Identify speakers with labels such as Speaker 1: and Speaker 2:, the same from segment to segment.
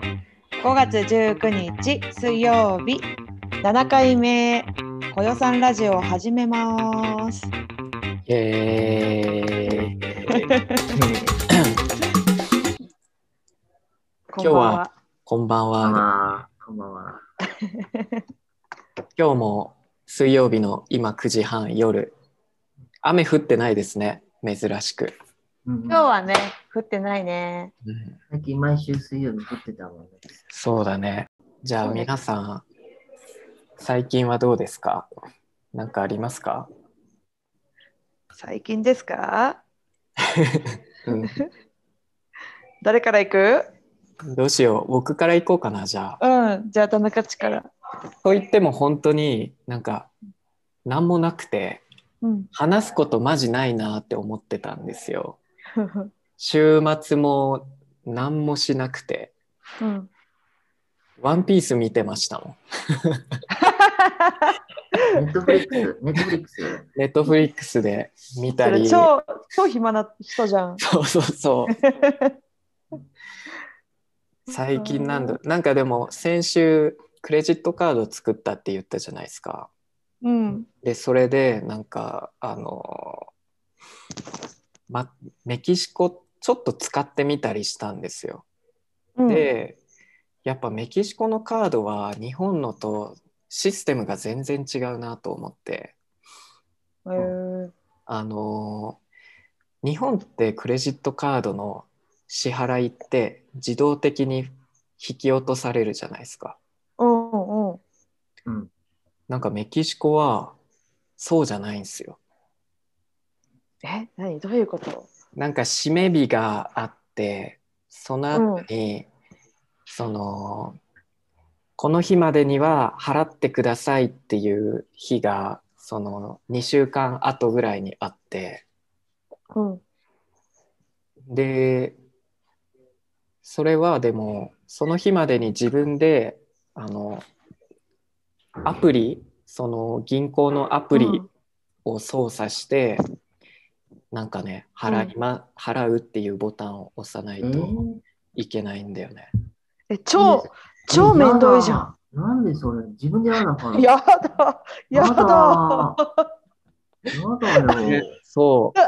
Speaker 1: 5月19日水曜日7回目こよさんラジオを始めます。
Speaker 2: イエー イ
Speaker 1: こんばん
Speaker 2: 今日はこんばん
Speaker 3: こんばん
Speaker 2: は。
Speaker 3: は。こんばんは。
Speaker 2: 今日も水曜日の今9時半夜。雨降ってないですね、珍しく。
Speaker 3: 今
Speaker 1: 今日はね降ってないね。
Speaker 2: うん
Speaker 3: 最近毎週水曜日撮ってたもんね。
Speaker 2: そうだね。じゃあ
Speaker 1: そうです
Speaker 2: 皆さん、最近はどうですかなんかありますか、
Speaker 1: 最近ですか？
Speaker 2: う
Speaker 1: 誰から行く？
Speaker 2: ん、どうしよう、僕から行こうかな、じゃあ。
Speaker 1: うんじゃあ田中っちから。
Speaker 2: と言っても本当になんか何もなくて、
Speaker 1: うん。
Speaker 2: 話すことマジないなって思ってたんですよ。週末も何もしなくて、
Speaker 1: うん。
Speaker 2: ワンピース見てましたもん。
Speaker 3: ネットフリックス、ネットフリックス。
Speaker 2: ネットフリックスで見
Speaker 1: そ
Speaker 2: た
Speaker 1: れ
Speaker 2: り。
Speaker 1: 超超暇な人じゃん。
Speaker 2: そうそう そう。最近なんだ。なんかでも先週クレジットカード作ったって言ったじゃないですか。
Speaker 1: うん。
Speaker 2: で、それでなんか、あの、ま、メキシコちょっと使ってみたりしたんですよ。
Speaker 1: うん、
Speaker 2: でやっぱメキシコのカードは日本のとシステムが全然違うなと思って
Speaker 1: えー
Speaker 2: あのー日本ってクレジットカードの支払いって自動的に引き落とされるじゃないですか
Speaker 1: うんうんうん。
Speaker 3: うん。
Speaker 2: なんかメキシコはそうじゃないんですよ
Speaker 1: え何どういうこと？
Speaker 2: なんか締め日があってその後に、そのこの日までには払ってくださいっていう日がその2週間後ぐらいにあって
Speaker 1: うん
Speaker 2: でそれはでもその日までに自分であのアプリその銀行のアプリ、
Speaker 1: うん
Speaker 2: を操作してなんかね払い、ま払うっていうボタンを押さない
Speaker 3: え
Speaker 2: と
Speaker 3: ー
Speaker 2: いけないんだよね。
Speaker 1: え超超めんどいじゃん。
Speaker 3: ん。なんでそれ自分でやらなあかんの
Speaker 1: やだや
Speaker 3: や
Speaker 1: だ
Speaker 3: だやだよ。
Speaker 2: そう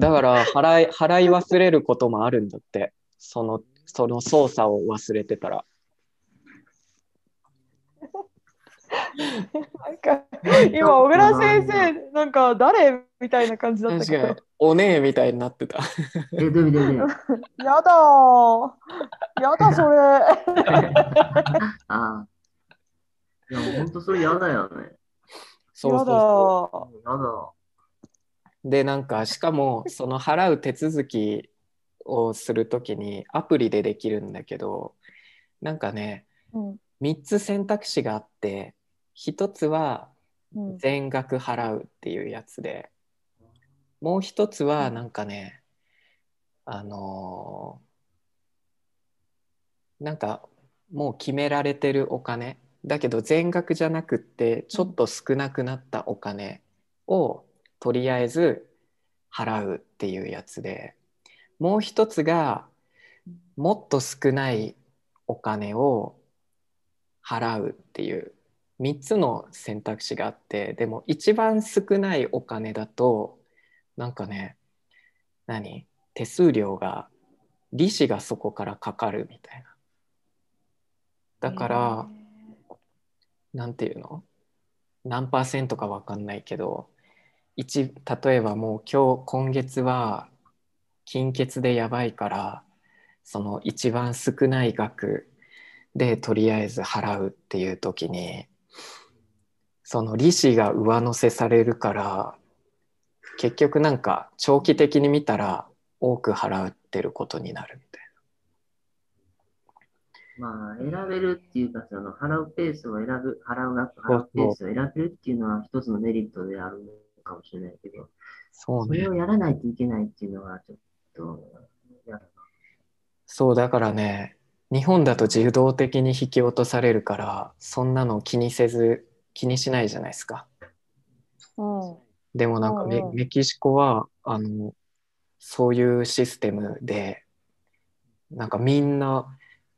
Speaker 2: だから払い払い忘れることもあるんだってそのその操作を忘れてたら。
Speaker 1: なんか今小倉先生なんか誰みたいな感じだっ
Speaker 2: 確
Speaker 1: た
Speaker 2: か
Speaker 1: けど
Speaker 2: におねえみたいになってた。
Speaker 3: え、どういう意味どういう意味
Speaker 1: やだーやだそ れ
Speaker 3: ああ。いや、ほんとそれやだよね。
Speaker 2: そうそう
Speaker 1: やだ
Speaker 2: そ
Speaker 1: ー
Speaker 3: やだ。
Speaker 2: うでなんかしかもその払う手続きをするときにアプリでできるんだけどなんかね
Speaker 1: うん
Speaker 2: 3つ選択肢があって1つは
Speaker 1: うん
Speaker 2: 全額払うっていうやつでもう一つはなんかねあのーなんかもう決められてるお金だけど全額じゃなくってちょっと少なくなったお金をとりあえず払うっていうやつでもう一つがもっと少ないお金を払うっていう3つの選択肢があってでも一番少ないお金だとなんかね何手数料が利子がそこからかかるみたいなだから、なんていうの何パーセントかわかんないけど一例えばもう今日今月は金欠でやばいからその一番少ない額でとりあえず払うっていう時にその利子が上乗せされるから結局なんか長期的に見たら多く払ってることになるみたい
Speaker 3: まあ、選べるっていうか、その、払うペースを選ぶ、払う額、払うペースを選べるっていうのは一つのメリットであるのかもしれないけど、
Speaker 2: なそう
Speaker 3: それをやらないといけないっていうのは、ちょっと、やだ
Speaker 2: そうだからね日本だと自動的に引き落とされるからそんなの気にせず気にしないじゃないですか
Speaker 1: うん
Speaker 2: でもなんかメ,、
Speaker 1: うんうん
Speaker 2: メキシコはあのそういうシステムでなんかみんな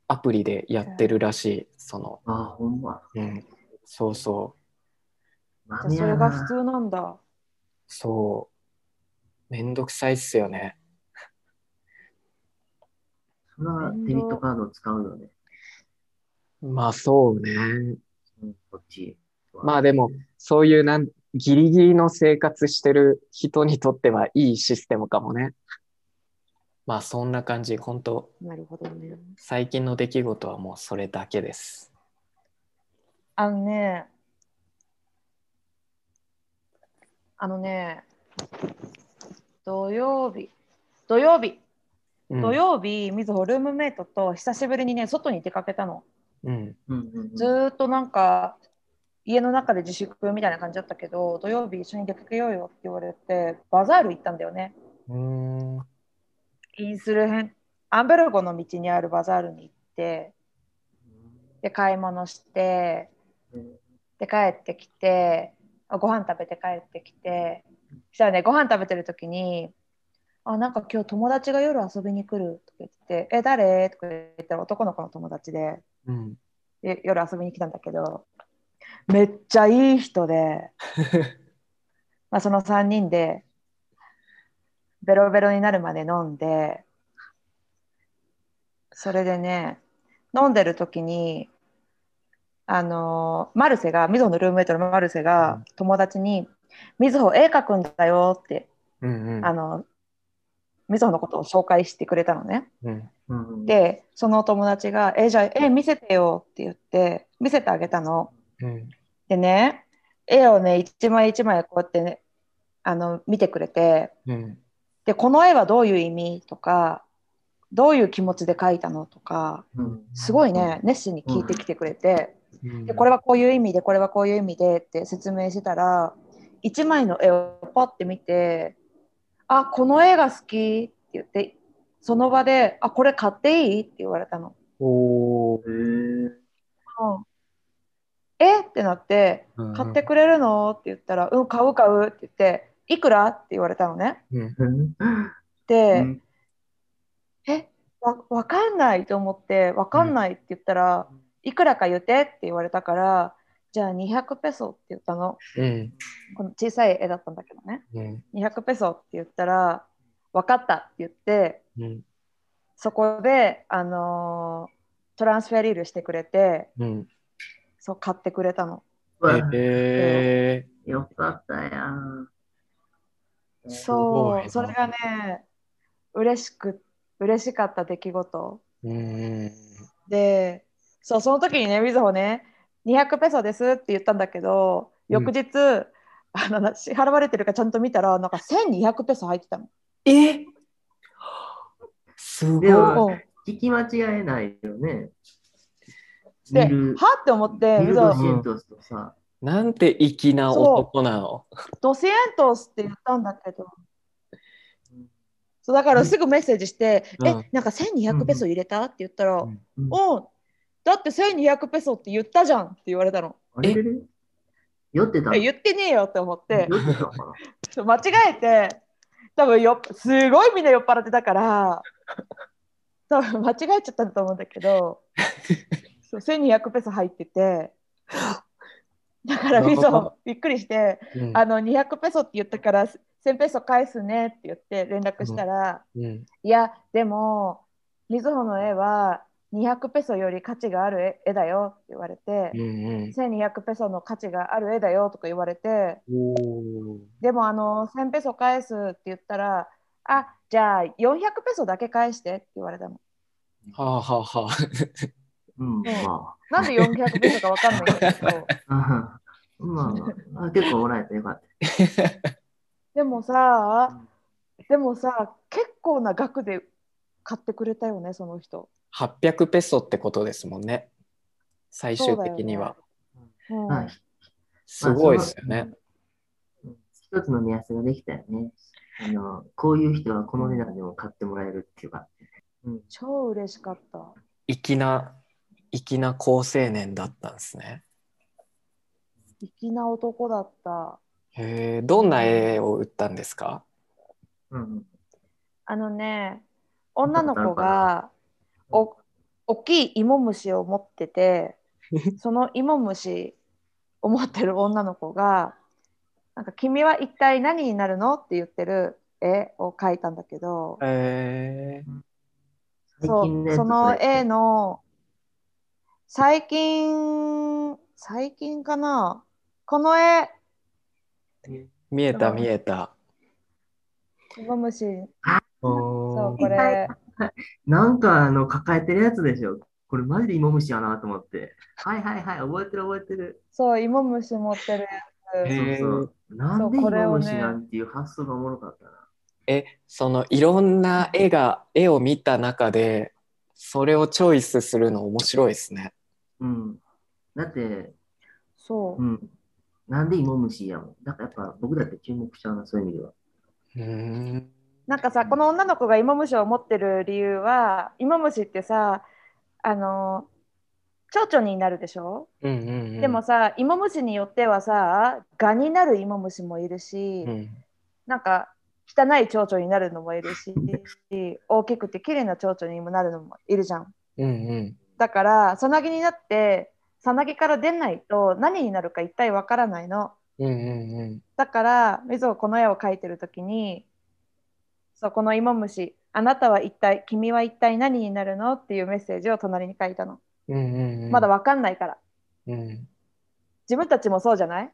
Speaker 2: アプリでやってるらしい、その、
Speaker 3: ああ、ほんま。
Speaker 2: うん、そうそう、
Speaker 1: じゃあそれが普通なんだ。
Speaker 2: そう、めんどくさいっすよね。
Speaker 3: それはデビットカードを使うよね。
Speaker 2: まあそうね。
Speaker 3: うん、こっちは。
Speaker 2: まあでも、そういうなん、ギリギリの生活してる人にとってはいいシステムかもね。まあそんな感じ、本当
Speaker 1: なるほどね。
Speaker 2: 最近の出来事はもうそれだけです。
Speaker 1: あのね、あのね、土曜日、土曜日、
Speaker 2: うん、
Speaker 1: 土曜日、みずほルームメイトと久しぶりにね、外に出かけたの。
Speaker 2: うん、
Speaker 3: うんうんうん
Speaker 1: ずーっとなんか、家の中で自粛みたいな感じだったけど、土曜日一緒に出かけようよって言われて、バザール行ったんだよね。
Speaker 2: うーん、
Speaker 1: インスルヘン、アンベルゴの道にあるバザールに行って、で、買い物して、
Speaker 3: うん
Speaker 1: で帰ってきてあご飯食べて帰ってきてそしたらねご飯食べてる時に「あなんか今日友達が夜遊びに来る」とか言って「え誰?」とか言ったら男の子の友達で
Speaker 2: うん。
Speaker 1: で夜遊びに来たんだけどめっちゃいい人 で、まあ、その3人でベロベロになるまで飲んでそれでね飲んでる時にあのーマルセがみずほのルームメイトのマルセ
Speaker 2: う
Speaker 1: が
Speaker 2: ん
Speaker 1: 友達に「みずほ絵描くんだよ」って、
Speaker 2: うんうん
Speaker 1: あのみずほのことを紹介してくれたのね。
Speaker 2: うん
Speaker 3: うんうん、
Speaker 1: でその友達が「えじゃあ絵見せてよ」って言って見せてあげたの。
Speaker 2: うん
Speaker 1: でね絵をね一枚一枚こうやってねあの見てくれて
Speaker 2: うん
Speaker 1: で「この絵はどういう意味?」とか「どういう気持ちで描いたの?」とか
Speaker 3: うん
Speaker 1: すごいね熱心に聞いてきてくれて
Speaker 2: うん
Speaker 1: でこれはこういう意味でこれはこういう意味でって説明してたら一枚の絵をパッて見て「あこの絵が好き」って言ってその場で「あこれ買っていい?」って言われたの。
Speaker 2: おー
Speaker 3: へえ
Speaker 1: えってなって
Speaker 2: うんうん
Speaker 1: 買ってくれるのって言ったらうん買う買うって言っていくらって言われたのね
Speaker 2: うん
Speaker 3: うん
Speaker 1: で、
Speaker 3: うん
Speaker 1: えわわかんないと思ってわかんないって言ったら、
Speaker 3: うん
Speaker 1: いくらか言ってって言われたからじゃあ200ペソって言ったの
Speaker 2: うん
Speaker 1: この小さい絵だったんだけどね
Speaker 2: うん
Speaker 1: 200ペソって言ったらわかったって言って
Speaker 2: うん
Speaker 1: そこであのートランスフェリールしてくれて
Speaker 2: うん
Speaker 1: そう買ってくれたの
Speaker 3: うわ
Speaker 2: え
Speaker 3: よかったやん。
Speaker 2: ごい
Speaker 1: そ
Speaker 2: な
Speaker 1: う、それがね、嬉しく、嬉しかった出来事。
Speaker 2: ーうん
Speaker 1: で、そう、その時にね、みずほね、200ペソですって言ったんだけど、
Speaker 2: うん
Speaker 1: 翌日、あのな支払われてるかちゃんと見たら、なんか1200ペソ入ってたの。
Speaker 2: えすごい
Speaker 3: でも
Speaker 1: うん
Speaker 3: 聞き間違えないよね。
Speaker 1: で、は
Speaker 3: 見る
Speaker 1: って思って、み
Speaker 3: ミル
Speaker 1: ず
Speaker 3: ド
Speaker 1: ほ
Speaker 2: う、
Speaker 3: シントスとさ、
Speaker 2: なんて粋な男なの
Speaker 1: ドセントスって言ったんだけど、そうだからすぐメッセージして、
Speaker 2: うんうん
Speaker 1: え、なんか1200ペソ入れたって言ったら、
Speaker 2: う
Speaker 1: うんん、
Speaker 3: うん
Speaker 1: だって1200ペソって言ったじゃんって言われたの。
Speaker 3: あれれれ酔ってた
Speaker 1: え言ってねえよって思って。
Speaker 3: 酔ってたのかな
Speaker 1: そう間違えて多分よすごいみんな酔っ払ってた から多分間違えちゃったんだと思うんだけ どそう1200ペソ入っててだからみそびっくりして
Speaker 2: うん
Speaker 1: あの200ペソって言ったから1000ペソ返すねって言って連絡したら、
Speaker 2: うん
Speaker 1: いやでもみずほの絵は200ペソより価値がある絵絵だよって言われて、
Speaker 2: うん
Speaker 1: 1200ペソの価値がある絵だよとか言われて
Speaker 2: うんおー
Speaker 1: でもあの1000ペソ返すって言ったら、あじゃあ400ペソだけ返してって言われたの。
Speaker 2: はあはあはあ
Speaker 3: うん、
Speaker 1: ええ
Speaker 3: ま
Speaker 1: なんで400ペソかわかんないんだけど、
Speaker 3: あ。うんまあまあ、あ結構おられたよかった。
Speaker 1: でもさ、でもさ、結構な額で買ってくれたよね、その人。
Speaker 2: 800ペソってことですもんね最終的には
Speaker 1: うん
Speaker 3: はい
Speaker 2: すごいですよ
Speaker 3: まあ
Speaker 2: ね。
Speaker 3: そのうん一つの目安ができたよね。あの、こういう人はこの値段でも買ってもらえるっていうか。うん。
Speaker 1: 超嬉しかった。
Speaker 2: 粋な粋な好青年だったんですね
Speaker 1: 粋な男だった。
Speaker 2: へえどんな絵を売ったんですか
Speaker 3: うん。
Speaker 1: あのね、女の子がお大きい芋虫を持っててその芋虫を持ってる女の子が「なんか君は一体何になるの?」って言ってる絵を描いたんだけど、
Speaker 2: えー、
Speaker 3: 最
Speaker 1: そ
Speaker 3: 近
Speaker 1: う
Speaker 3: やつ
Speaker 1: その
Speaker 3: れ
Speaker 1: 絵の最近最近かなこの絵
Speaker 2: 見えた見えた。
Speaker 1: 芋虫そう
Speaker 2: そ
Speaker 1: これ
Speaker 3: なんかあの抱えてるやつでしょ。これマジで芋虫やなと思って。はいはいはい、覚えてる覚えてる。
Speaker 1: そう芋虫持ってるやつ、
Speaker 2: へー
Speaker 3: そうそう。なんで
Speaker 1: そうこれ
Speaker 3: 芋
Speaker 1: をね
Speaker 3: 虫なんていう発想がおもろかったな。
Speaker 2: えそのいろんな絵が絵を見た中でそれをチョイスするの面白いですね。
Speaker 3: うん。だって、
Speaker 1: そう
Speaker 3: う、ん。なんで芋虫やもん。だからやっぱ僕だって注目しちゃうな、そういう意味では。
Speaker 2: うーん
Speaker 1: なんかさこの女の子が芋虫を持ってる理由は芋虫ってさあの蝶々になるでしょ、
Speaker 2: うんうんうん
Speaker 1: でもさ芋虫によってはさ蛾になる芋虫もいるし、
Speaker 2: うん
Speaker 1: なんか汚い蝶々になるのもいるし大きくて綺麗な蝶々にもなるのもいるじゃん
Speaker 2: うんうん
Speaker 1: だからさなぎになってさなぎから出ないと何になるか一体わからないの
Speaker 2: うんうんうん
Speaker 1: だからみずほこの絵を描いてる時にそうこの芋虫あなたは一体君は一体何になるのっていうメッセージを隣に書いたの、
Speaker 2: うんうんうん
Speaker 1: まだわかんないから
Speaker 2: うん
Speaker 1: 自分たちもそうじゃない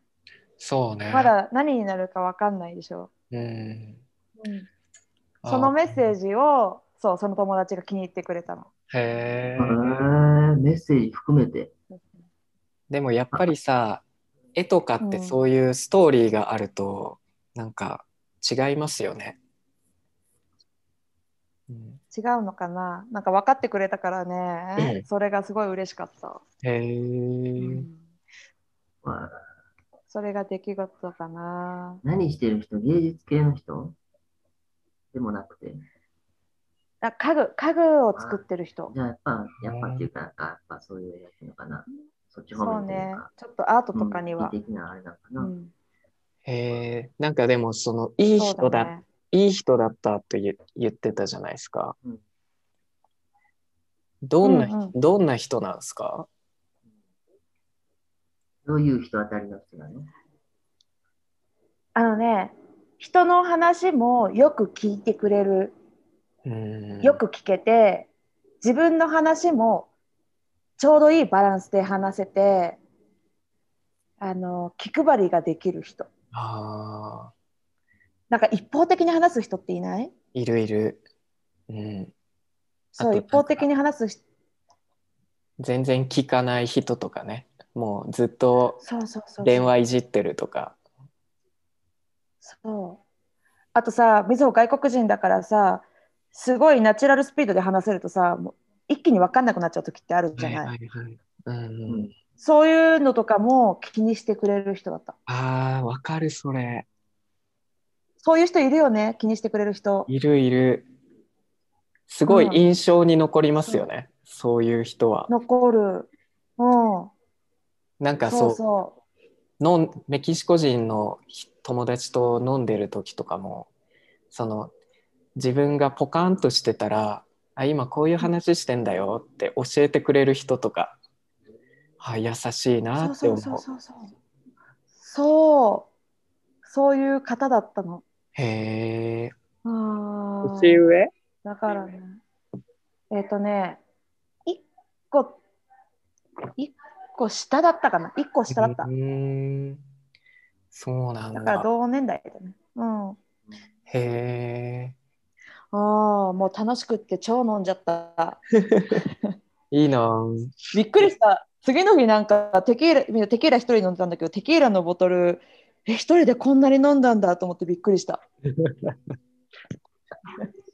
Speaker 2: そうね
Speaker 1: まだ何になるかわかんないでしょ、
Speaker 2: うん
Speaker 1: そのメッセー
Speaker 2: ジ
Speaker 1: ジをそうその友達が気に入ってくれたの
Speaker 2: へ
Speaker 3: へ
Speaker 2: ー
Speaker 3: ーメッセージ含めて。
Speaker 2: でもやっぱりさ絵とかってそういうストーリーがあるとなんか違いますよね。うん
Speaker 1: 違うのかななんか分かってくれたからね、
Speaker 2: うん
Speaker 1: それがすごい嬉しかった、
Speaker 2: へえ、
Speaker 3: まあ
Speaker 1: それが出来事かな
Speaker 3: 何してる人芸術系の人でもなくて。
Speaker 1: あ家具家具を作ってる人
Speaker 3: じゃあやっぱ、やっぱっていうか、なんかやっぱそういうやつのかな。そっち
Speaker 1: そ
Speaker 3: 方
Speaker 1: う
Speaker 3: 面とい
Speaker 1: ね
Speaker 3: うか。
Speaker 1: ちょっとアートとかには
Speaker 3: うん、美的なあれなのか
Speaker 1: う
Speaker 3: な。
Speaker 1: ん
Speaker 2: へえ、なんかでもそのいい
Speaker 1: そ
Speaker 2: 人
Speaker 1: う
Speaker 2: だ
Speaker 1: ね、
Speaker 2: いい人だったって言言ってたじゃないですか
Speaker 3: うん。
Speaker 2: どんなひ、
Speaker 1: うんうん
Speaker 2: どんな人なんですか
Speaker 3: どういう人当たりの人なの
Speaker 1: あのね人の話もよく聞いてくれる
Speaker 2: うん
Speaker 1: よく聞けて、自分の話もちょうどいいバランスで話せてあの気配りができる人
Speaker 2: ああ
Speaker 1: なんか一方的に話す人っていない
Speaker 2: いるいる、うん、
Speaker 1: そう
Speaker 2: あと
Speaker 1: 一方的に話す人
Speaker 2: 全然聞かない人とかねもうずっと
Speaker 1: そうそうそう
Speaker 2: 電話いじってるとか
Speaker 1: そうあとさみずほ外国人だからさすごいナチュラルスピードで話せるとさもう一気に分かんなくなっちゃう時ってあるじゃない、
Speaker 2: はいはいはいうんう
Speaker 3: う
Speaker 2: んん、
Speaker 1: そういうのとかも気にしてくれる人だった
Speaker 2: あーわかるそれ
Speaker 1: そういう人いるよね、気にしてくれる人。
Speaker 2: いるいるすごい
Speaker 1: うん
Speaker 2: 印象に残りますよね、そういう人は
Speaker 1: 残る。うん。
Speaker 2: なんか
Speaker 1: そ
Speaker 2: そうう
Speaker 1: そ。
Speaker 2: のんメキシコ人のひ友達と飲んでる時とかもその自分がポカンとしてたら「あ今こういう話してんだよ」って教えてくれる人とかあ優しいうな
Speaker 1: そう
Speaker 2: って
Speaker 1: そう
Speaker 2: 思う
Speaker 1: そうそうそう。そう。そういう方だったの。
Speaker 2: へえ
Speaker 1: ああ。
Speaker 2: 上
Speaker 1: だからね。えっ、とね、一個、一個下だったかな。一個下だった
Speaker 2: う。ーんそうなん
Speaker 1: だ
Speaker 2: だ
Speaker 1: から同年代だね。うん。
Speaker 2: へえ
Speaker 1: ああ、もう楽しくって超飲んじゃった。
Speaker 2: いいな
Speaker 1: びっくりした。次の日なんかテキーラ、みんなテキーラ一人飲んだんだけど、テキーラのボトル、え、一人でこんなに飲んだんだと思ってびっくりした。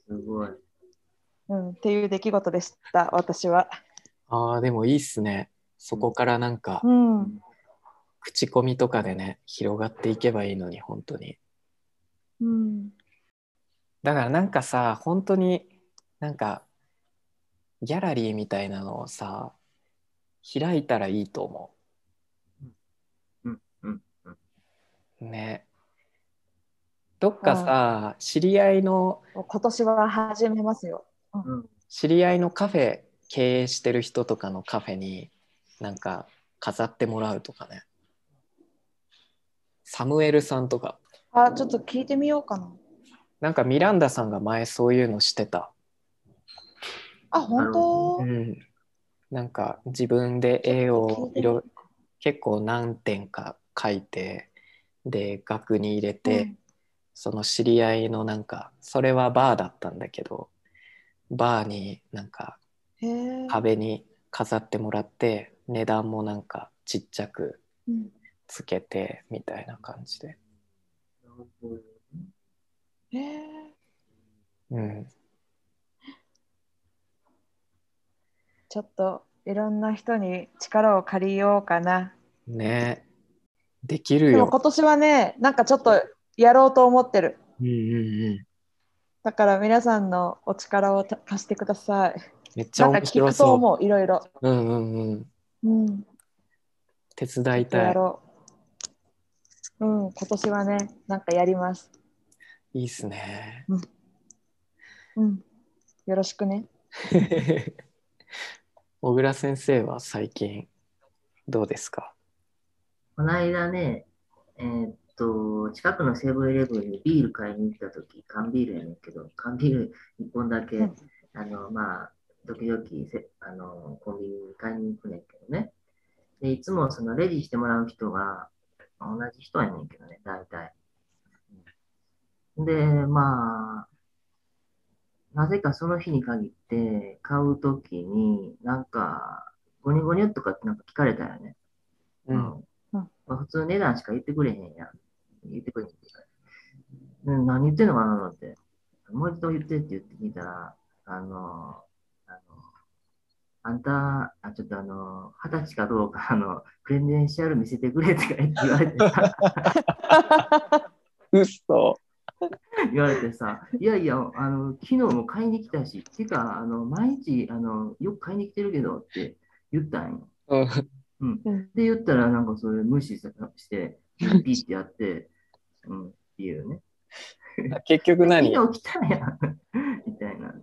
Speaker 3: すごい。
Speaker 1: うん、っていう出来事でした、私は。
Speaker 2: あーでもいいっすねそこからなんか
Speaker 1: うん。
Speaker 2: 口コミとかでね広がっていけばいいのに本当に
Speaker 1: うん。
Speaker 2: だからなんかさ本当になんかギャラリーみたいなのをさ開いたらいいと思
Speaker 3: うんうん
Speaker 2: うねどっかさ知り合いの
Speaker 1: 今年は始めますよ。
Speaker 3: うん。
Speaker 2: 知り合いのカフェ経営してる人とかのカフェになんか飾ってもらうとかねサムエルさんとか
Speaker 1: あ、ちょっと聞いてみようかな。
Speaker 2: なんかミランダさんが前そういうのしてた、
Speaker 1: あ、本
Speaker 2: う
Speaker 1: 当
Speaker 2: ん、なんか自分で絵をいろ結構何点か描いてで額に入れて、
Speaker 1: うん
Speaker 2: その知り合いのなんかそれはバーだったんだけどバーになんか
Speaker 1: へえ。
Speaker 2: 壁に飾ってもらって値段もなんかちっちゃく
Speaker 1: うん
Speaker 2: つけてみたいな感じで、
Speaker 1: へえ。
Speaker 2: うん、
Speaker 1: ちょっといろんな人に力を借りようかな。
Speaker 2: ねできる
Speaker 1: でも
Speaker 2: よ
Speaker 1: 今。年はね、なんかちょっとやろうと思ってる。
Speaker 2: うんうんうん
Speaker 1: だから皆さんのお力をた貸してください。
Speaker 2: めっちゃ
Speaker 1: なんか
Speaker 2: 面
Speaker 1: 聞
Speaker 2: 白
Speaker 1: くと
Speaker 2: そ
Speaker 1: 思う、いろいろ。
Speaker 2: う。うんうんうん。
Speaker 1: うん。
Speaker 2: 手伝いた
Speaker 1: や
Speaker 2: い。
Speaker 1: ろう。うん、今年はね、なんかやります。
Speaker 2: いいっすね。
Speaker 1: うん。よろしくね。
Speaker 2: 小倉先生は最近どうですか
Speaker 3: この間ね、えーっと、近くのセブンイレブンにビール買いに行ったとき、缶ビールやねんけど、缶ビール1本だけ
Speaker 1: うん、
Speaker 3: あの、まあ、時々せあのコンビニに買いに行くねんけどね。で、いつもそのレジしてもらう人が、同じ人やねんけどね、大体。で、まあ、なぜかその日に限って買うときに、なんか、ゴニゴニとかってなんか聞かれたよね。うん
Speaker 1: うん
Speaker 3: まあ、普通値段しか言ってくれへんやん。言ってくれへんっていうかうん何言ってんのかなと思って。もう一度言ってって言って聞いたら、あの、あの、あんた、あちょっとあの、二十歳かどうか、あの、クレンデンシャル見せてくれとか言って言われて さ、
Speaker 2: うっそ。
Speaker 3: 言われてさ、いやいや、あの、昨日も買いに来たし、てか、あの、毎日、あの、よく買いに来てるけどって言ったんよ。
Speaker 2: うん
Speaker 1: うん
Speaker 3: って言ったら、なんかそれ無視さして、ピッてやって、うん、っていうね。
Speaker 2: 結局何
Speaker 3: 昨日来たやんみたいな。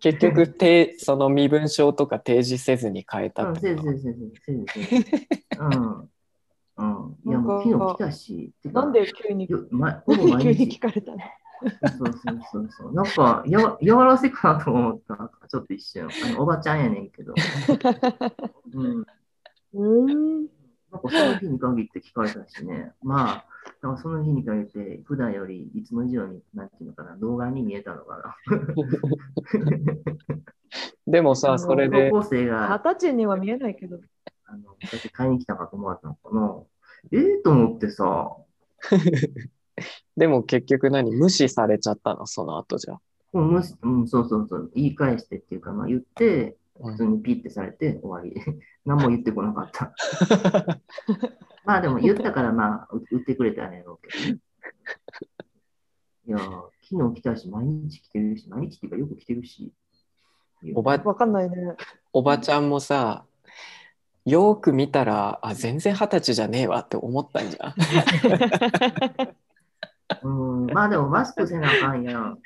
Speaker 2: 結局てその身分証とか提示せずに変えた
Speaker 3: う
Speaker 2: っ
Speaker 3: ん、
Speaker 2: て
Speaker 3: せい
Speaker 2: こ
Speaker 3: せ
Speaker 2: と
Speaker 3: いせいせいせいせいせい。うん。うん。いや、もう昨日来たし。てか
Speaker 1: なんで 急に、
Speaker 3: よ、ま、ほ
Speaker 1: な
Speaker 3: ぼ
Speaker 1: んで急
Speaker 3: 毎
Speaker 1: に聞
Speaker 3: 日。
Speaker 1: かれたの
Speaker 3: そうそうそうそう。なんか、やわ、やわらせかなと思った。ちょっと一瞬。あの、おばちゃんやねんけど。うん。
Speaker 1: うん。
Speaker 3: なんかその日に限って聞かれたしね、まあ、なんかその日に限って、普段よりいつも以上に、なんていうのかな、動画に見えたのか
Speaker 2: でも
Speaker 3: な。
Speaker 2: さそれで
Speaker 3: 高校生
Speaker 1: 二
Speaker 3: が、
Speaker 1: 十歳には見えないけど。
Speaker 3: あの私買いに来たかと思われたのかな。ええと思ってさ、
Speaker 2: でも結局何無視されちゃったのその後じ ゃ、
Speaker 3: もう無視うん、そうそうそう、言い返してっていうか、まあ言って、
Speaker 2: う
Speaker 3: 普
Speaker 2: ん
Speaker 3: 通にピッてされて終わり。 何も言ってこなか った。まあでも言ったから、まあ、う売ってくれたんやろうけどね。いやー、昨日来たし、毎日来てるし、毎日っていうかよく来てるし。
Speaker 2: おば
Speaker 1: わかん ないね。
Speaker 2: おばちゃんもさよーく見たらあ全然二十歳じゃねえわって思ったんじ ゃん
Speaker 3: うん、まあでもマスクせなあかんやん。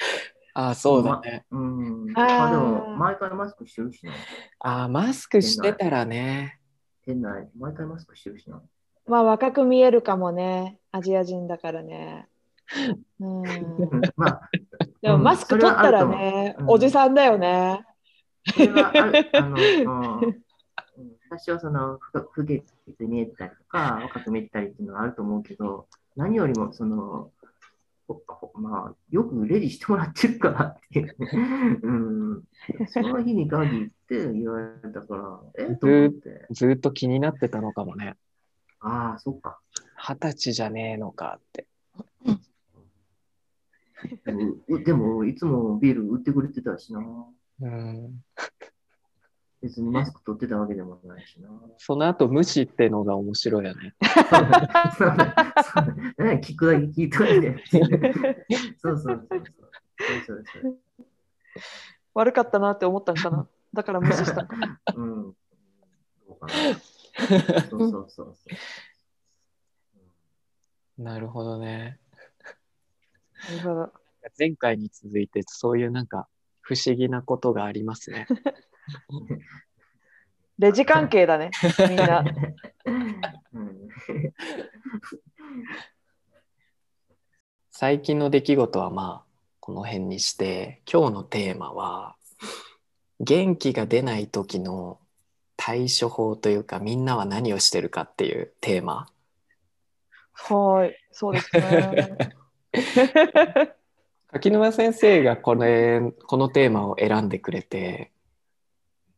Speaker 2: あそうだね
Speaker 3: うん。
Speaker 1: あー
Speaker 3: まあでも、毎回マスクしてるしな。
Speaker 2: あマスクしてたらね
Speaker 3: 店内、毎回マスクしてるしな。
Speaker 1: まあ若く見えるかもね。アジア人だからね。うん。
Speaker 3: うん、まあ、
Speaker 1: でもマスク取ったら
Speaker 3: それ
Speaker 1: ね、
Speaker 3: うん
Speaker 1: おじさんだよね。
Speaker 3: それはある、あの、うんうん私はその、ふふけて見えたりとか、若く見えたりっていうのはあると思うけど、何よりも、その、ほほまあ、よくレジしてもらってるからっていう、うん、その日に限って言われたから、えと思って、
Speaker 2: ずーっと気になってたのかもね
Speaker 3: ああ、そっか。
Speaker 2: 二十歳じゃねえのかって
Speaker 3: でも、うでもいつもビール売ってくれてたしな。
Speaker 2: うん
Speaker 3: 別にマスク取ってたわけでもないしな。
Speaker 2: その後無視ってのが面白いよね
Speaker 3: そうだそうだそうだね聞くだけ聞いといて。そうそうそうそう。そうそうそう
Speaker 1: 悪かったなって思ったんかな。だから無視したの かな。
Speaker 3: うん。どうかな。そうそうそうそう。
Speaker 2: なるほどね
Speaker 1: なるほど
Speaker 2: 前回に続いてそういうなんか不思議なことがありますね
Speaker 1: レジ関係だね、みん な。
Speaker 3: うん
Speaker 2: 最近の出来事はまあこの辺にして今日のテーマは元気が出ない時の対処法というかみんなは何をしてるかっていうテーマ
Speaker 1: はーい、そうですね。
Speaker 2: 柿沼先生がこれこのテーマを選んでくれて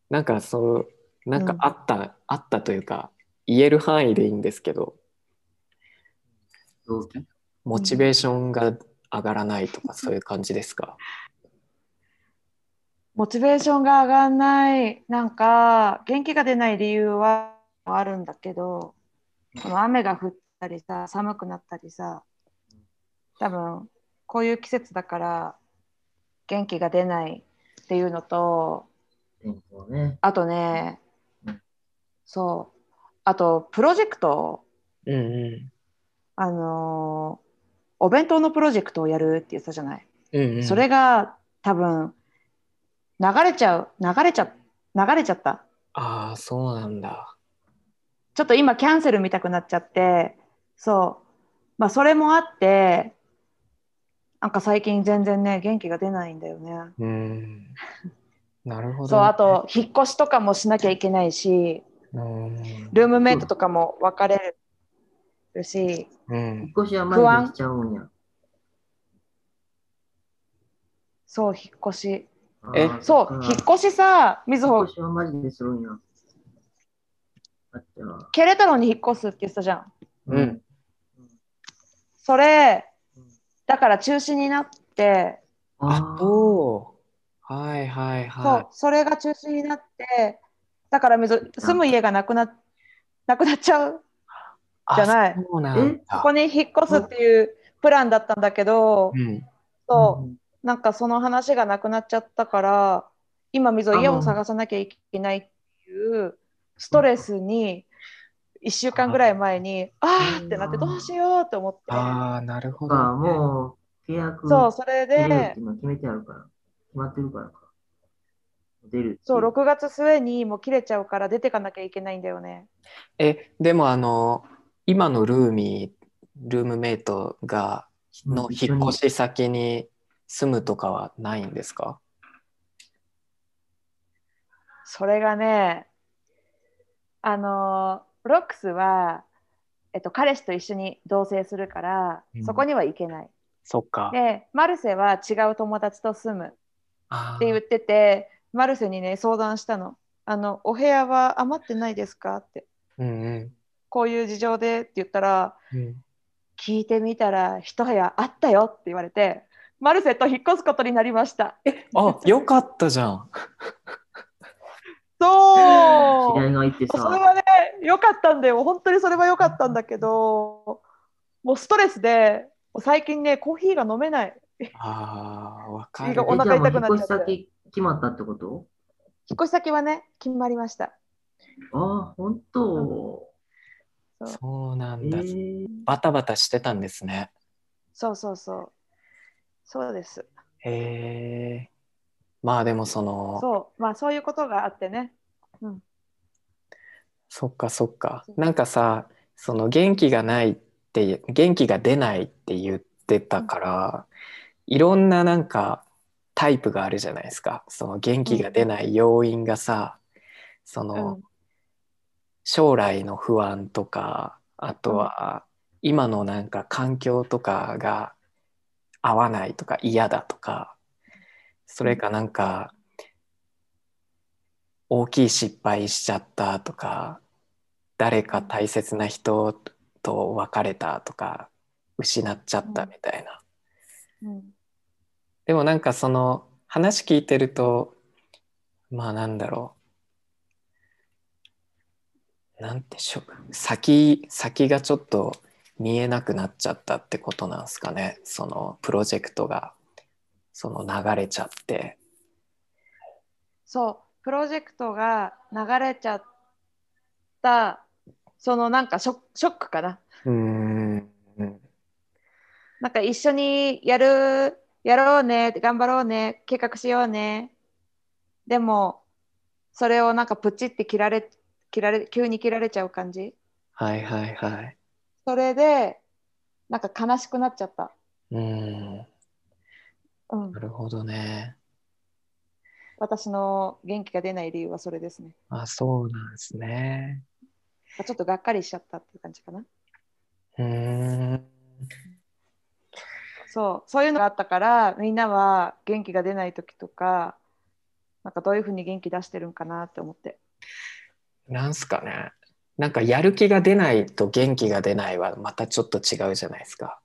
Speaker 2: なんかそうなんかあった、あったというか言える範囲でいいんですけど
Speaker 3: 動機
Speaker 2: モチベーションが上がらないとかそういう感じですか、
Speaker 1: モチベーションが上がらない、なんか元気が出ない理由はあるんだけど、この雨が降ったりさ、寒くなったりさ、多分こういう季節だから元気が出ないっていうのと、
Speaker 3: 天候ね。
Speaker 1: あとね
Speaker 3: うん、
Speaker 1: そう、あとプロジェクト、
Speaker 2: うんう
Speaker 1: あのーお弁当のプロジェクトをやるって言ってたじゃない。
Speaker 2: んうんうん
Speaker 1: それが多分流れちゃう流れちゃ流れちゃった
Speaker 2: ああそうなんだ
Speaker 1: ちょっと今キャンセル見たくなっちゃってそうまあそれもあってなんか最近全然ね元気が出ないんだよね
Speaker 2: うんなるほどね、
Speaker 1: そうあと引っ越しとかもしなきゃいけないし
Speaker 2: うん
Speaker 1: ルームメイトとかも別れるし、
Speaker 2: うん
Speaker 3: 引っ越しは毎日しちゃうんや。
Speaker 1: そう引っ越し
Speaker 2: え
Speaker 3: あー
Speaker 1: そう引っ越しさみず
Speaker 3: 引っ
Speaker 1: ほ
Speaker 3: 越しはマジでするんや。あっちゃ。
Speaker 1: ケレタロに引っ越すって言ってたじゃん
Speaker 2: うん。
Speaker 1: それ
Speaker 3: うん
Speaker 1: だから中止になって
Speaker 2: あ
Speaker 3: ー
Speaker 2: そうはいはい
Speaker 1: そ
Speaker 2: は
Speaker 1: う、それが中心になって、だからみず住む家がなくななくなっちゃう、
Speaker 2: い。
Speaker 1: じゃない
Speaker 2: あそうなん
Speaker 1: こ
Speaker 2: だ
Speaker 1: こ。に引っ越すっていうプランだったんだけど、
Speaker 2: うん、
Speaker 1: そうう、なんかその話がなくなっちゃったから、今、みぞ
Speaker 3: あ
Speaker 1: 家を探さなきゃいけないっていうストレスに、1週間ぐらい前に、あーってなって、どうしようって思って、
Speaker 2: ああ、なるほ
Speaker 3: ん
Speaker 2: ど、
Speaker 3: かもう契約
Speaker 1: そう、それ
Speaker 3: 出
Speaker 1: で
Speaker 3: るって、今決めてあるから。決まってるからか。出るってい
Speaker 1: そう、6月末にもう切れちゃうから出てかなきゃいけないんだよね。
Speaker 2: え、でもあの、今のルーミー、ルームメイトが、
Speaker 3: うん
Speaker 2: の
Speaker 3: 一緒
Speaker 2: 引
Speaker 3: に
Speaker 2: っ越し先に住むとかはないんですか
Speaker 1: それがね、あのーロックスは、えっと、彼氏と一緒に同棲するから、
Speaker 2: うん
Speaker 1: そこには行けない。
Speaker 2: そっか。
Speaker 1: で、マルセは違う友達と住むっ
Speaker 2: あ
Speaker 1: て言
Speaker 2: ー
Speaker 1: ってて、マルセにね、相談したの。あの、お部屋は余ってないですかって。
Speaker 2: うんう
Speaker 1: こういう事情でって言ったら、
Speaker 2: んうん。
Speaker 1: 聞いてみたら、一部屋あったよって言われて、マルセと引っ越すことになりました。
Speaker 2: あ、よかったじゃん。
Speaker 1: そう
Speaker 3: 知り合いがいて
Speaker 1: それ
Speaker 3: さ。
Speaker 1: はね、良かったんだよ。本当にそれは良かったんだけど、もうストレスで、もう最近ね、コーヒーが飲めない。
Speaker 2: ああ、わか
Speaker 1: いい
Speaker 2: る
Speaker 1: が。お腹痛くなっちゃって
Speaker 3: えじあもう引っ越し先決まったってこと
Speaker 1: 引っ越し先はね、決まりました。
Speaker 3: ああ、本当。
Speaker 2: そうな
Speaker 3: え
Speaker 2: んだ、
Speaker 3: ー、
Speaker 2: バタバタしてたんですね。
Speaker 1: そうそうそう。そうです。
Speaker 2: へえ。まあでもその、
Speaker 1: そう。まあ、そういうことがあってね。
Speaker 2: そっかそっか
Speaker 1: そう。
Speaker 2: なんかさ、その元気がないって、元気が出ないって言ってたから、いろんななんかタイプがあるじゃないですか。その元気が出ない要因がさ、その
Speaker 1: うん
Speaker 2: 将来の不安とか、あとは今のなんか環境とかが合わないとか嫌だとか、それかなんか大きい失敗しちゃったとか、誰か大切な人と別れたとか、失っちゃったみたいな。
Speaker 1: うん。
Speaker 2: でもなんかその話聞いてるとまあなんだろうなんてしょ先先がちょっと見えなくなっちゃったってことなんですかねそのプロジェクトがその流れちゃって
Speaker 1: そう。プロジェクトが流れちゃった、そのなんかショショックかな。
Speaker 2: うーんうん
Speaker 1: なんか一緒にやる、やろうね、頑張ろうね、計画しようね。でも、それをなんかプチって切られ切られ急に切られちゃう感じ
Speaker 2: はいはいはい。
Speaker 1: それでなんか悲しくなっちゃった、
Speaker 2: うん。
Speaker 1: うん
Speaker 2: な、るほどね。
Speaker 1: 私の元気が出ない理由はそれですね
Speaker 2: あ、そうなんですね。
Speaker 1: ちょっとがっかりしちゃったっていう感じかな
Speaker 2: うん。
Speaker 1: そうそういうのがあったからみんなは元気が出ない時とかなんかどういうふうに元気出してるんかなって思って
Speaker 2: なんすかね。なんかやる気が出ないと元気が出ないはまたちょっと違うじゃないですか。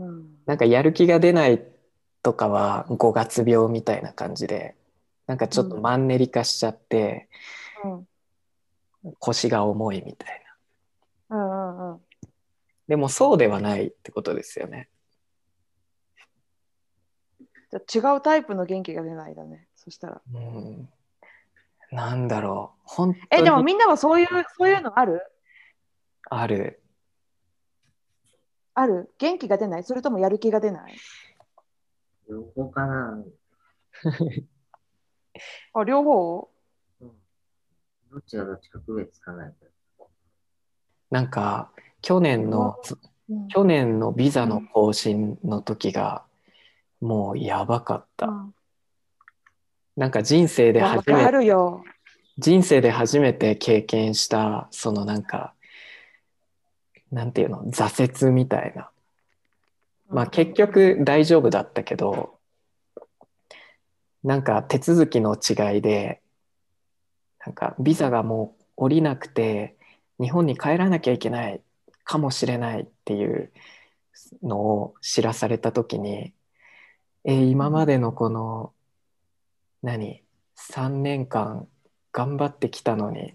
Speaker 1: うん
Speaker 2: なんかやる気が出ないとかは5月病みたいな感じで、なんかちょっとマンネリ化しちゃって
Speaker 1: うん
Speaker 2: 腰が重いみたいな。
Speaker 1: うんうんうん
Speaker 2: でもそうではないってことですよね。
Speaker 1: じゃあ違うタイプの元気が出ないだねそしたら
Speaker 2: うん。なんだろう。本
Speaker 1: えで
Speaker 2: 当
Speaker 1: も
Speaker 2: に
Speaker 1: みんなはそういうそういうのある
Speaker 2: ある。
Speaker 1: ある元気が出ないそれともやる気が出ない
Speaker 3: 両方かな。
Speaker 1: あ両方
Speaker 3: うんどっちがどっちか区別つかないけど。
Speaker 2: なんか去年の、
Speaker 1: うん
Speaker 2: 去年のビザの更新の時がもうやばかった。
Speaker 1: うん
Speaker 2: なんか人生で
Speaker 1: わ
Speaker 2: 初
Speaker 1: か
Speaker 2: めて、
Speaker 1: るよ
Speaker 2: 人生で初めて経験した、そのなんか、なんていうの、挫折みたいな。まあ結局大丈夫だったけど、なんか手続きの違いで、なんかビザがもう降りなくて、日本に帰らなきゃいけないかもしれないっていうのを知らされた時に、えー今までのこの、何、3年間頑張ってきたのに、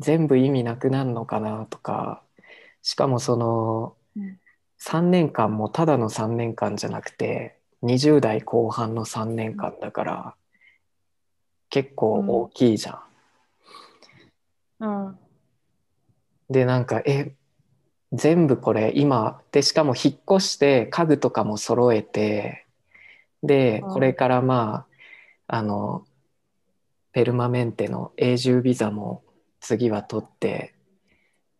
Speaker 2: 全部意味なくなるのかなとか、しかもその、
Speaker 1: うん
Speaker 2: 3年間もただの3年間じゃなくて20代後半の3年間だから結構大きいじゃん。
Speaker 1: うん
Speaker 2: でなんかえ全部これ今でしかも引っ越して家具とかも揃えてで
Speaker 1: うん
Speaker 2: これからまああのペルマメンテの永住ビザも次は取って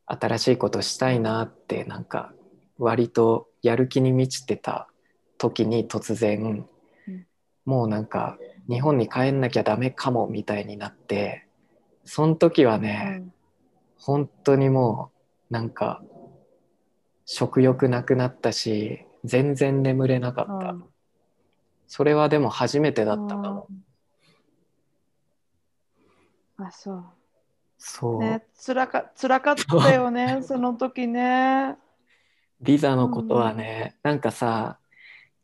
Speaker 2: 新しいことしたいなってなんか割とやる気に満ちてた時に突然
Speaker 1: うん
Speaker 2: もうなんか日本に帰んなきゃダメかもみたいになってその時はね、本当にもうなんか食欲なくなったし全然眠れなかった、
Speaker 1: うん
Speaker 2: それはでも初めてだったかも、
Speaker 1: あそ
Speaker 2: そうう、
Speaker 1: ねつらか辛かったよねその時ね
Speaker 2: ビザのことはね、なんかさ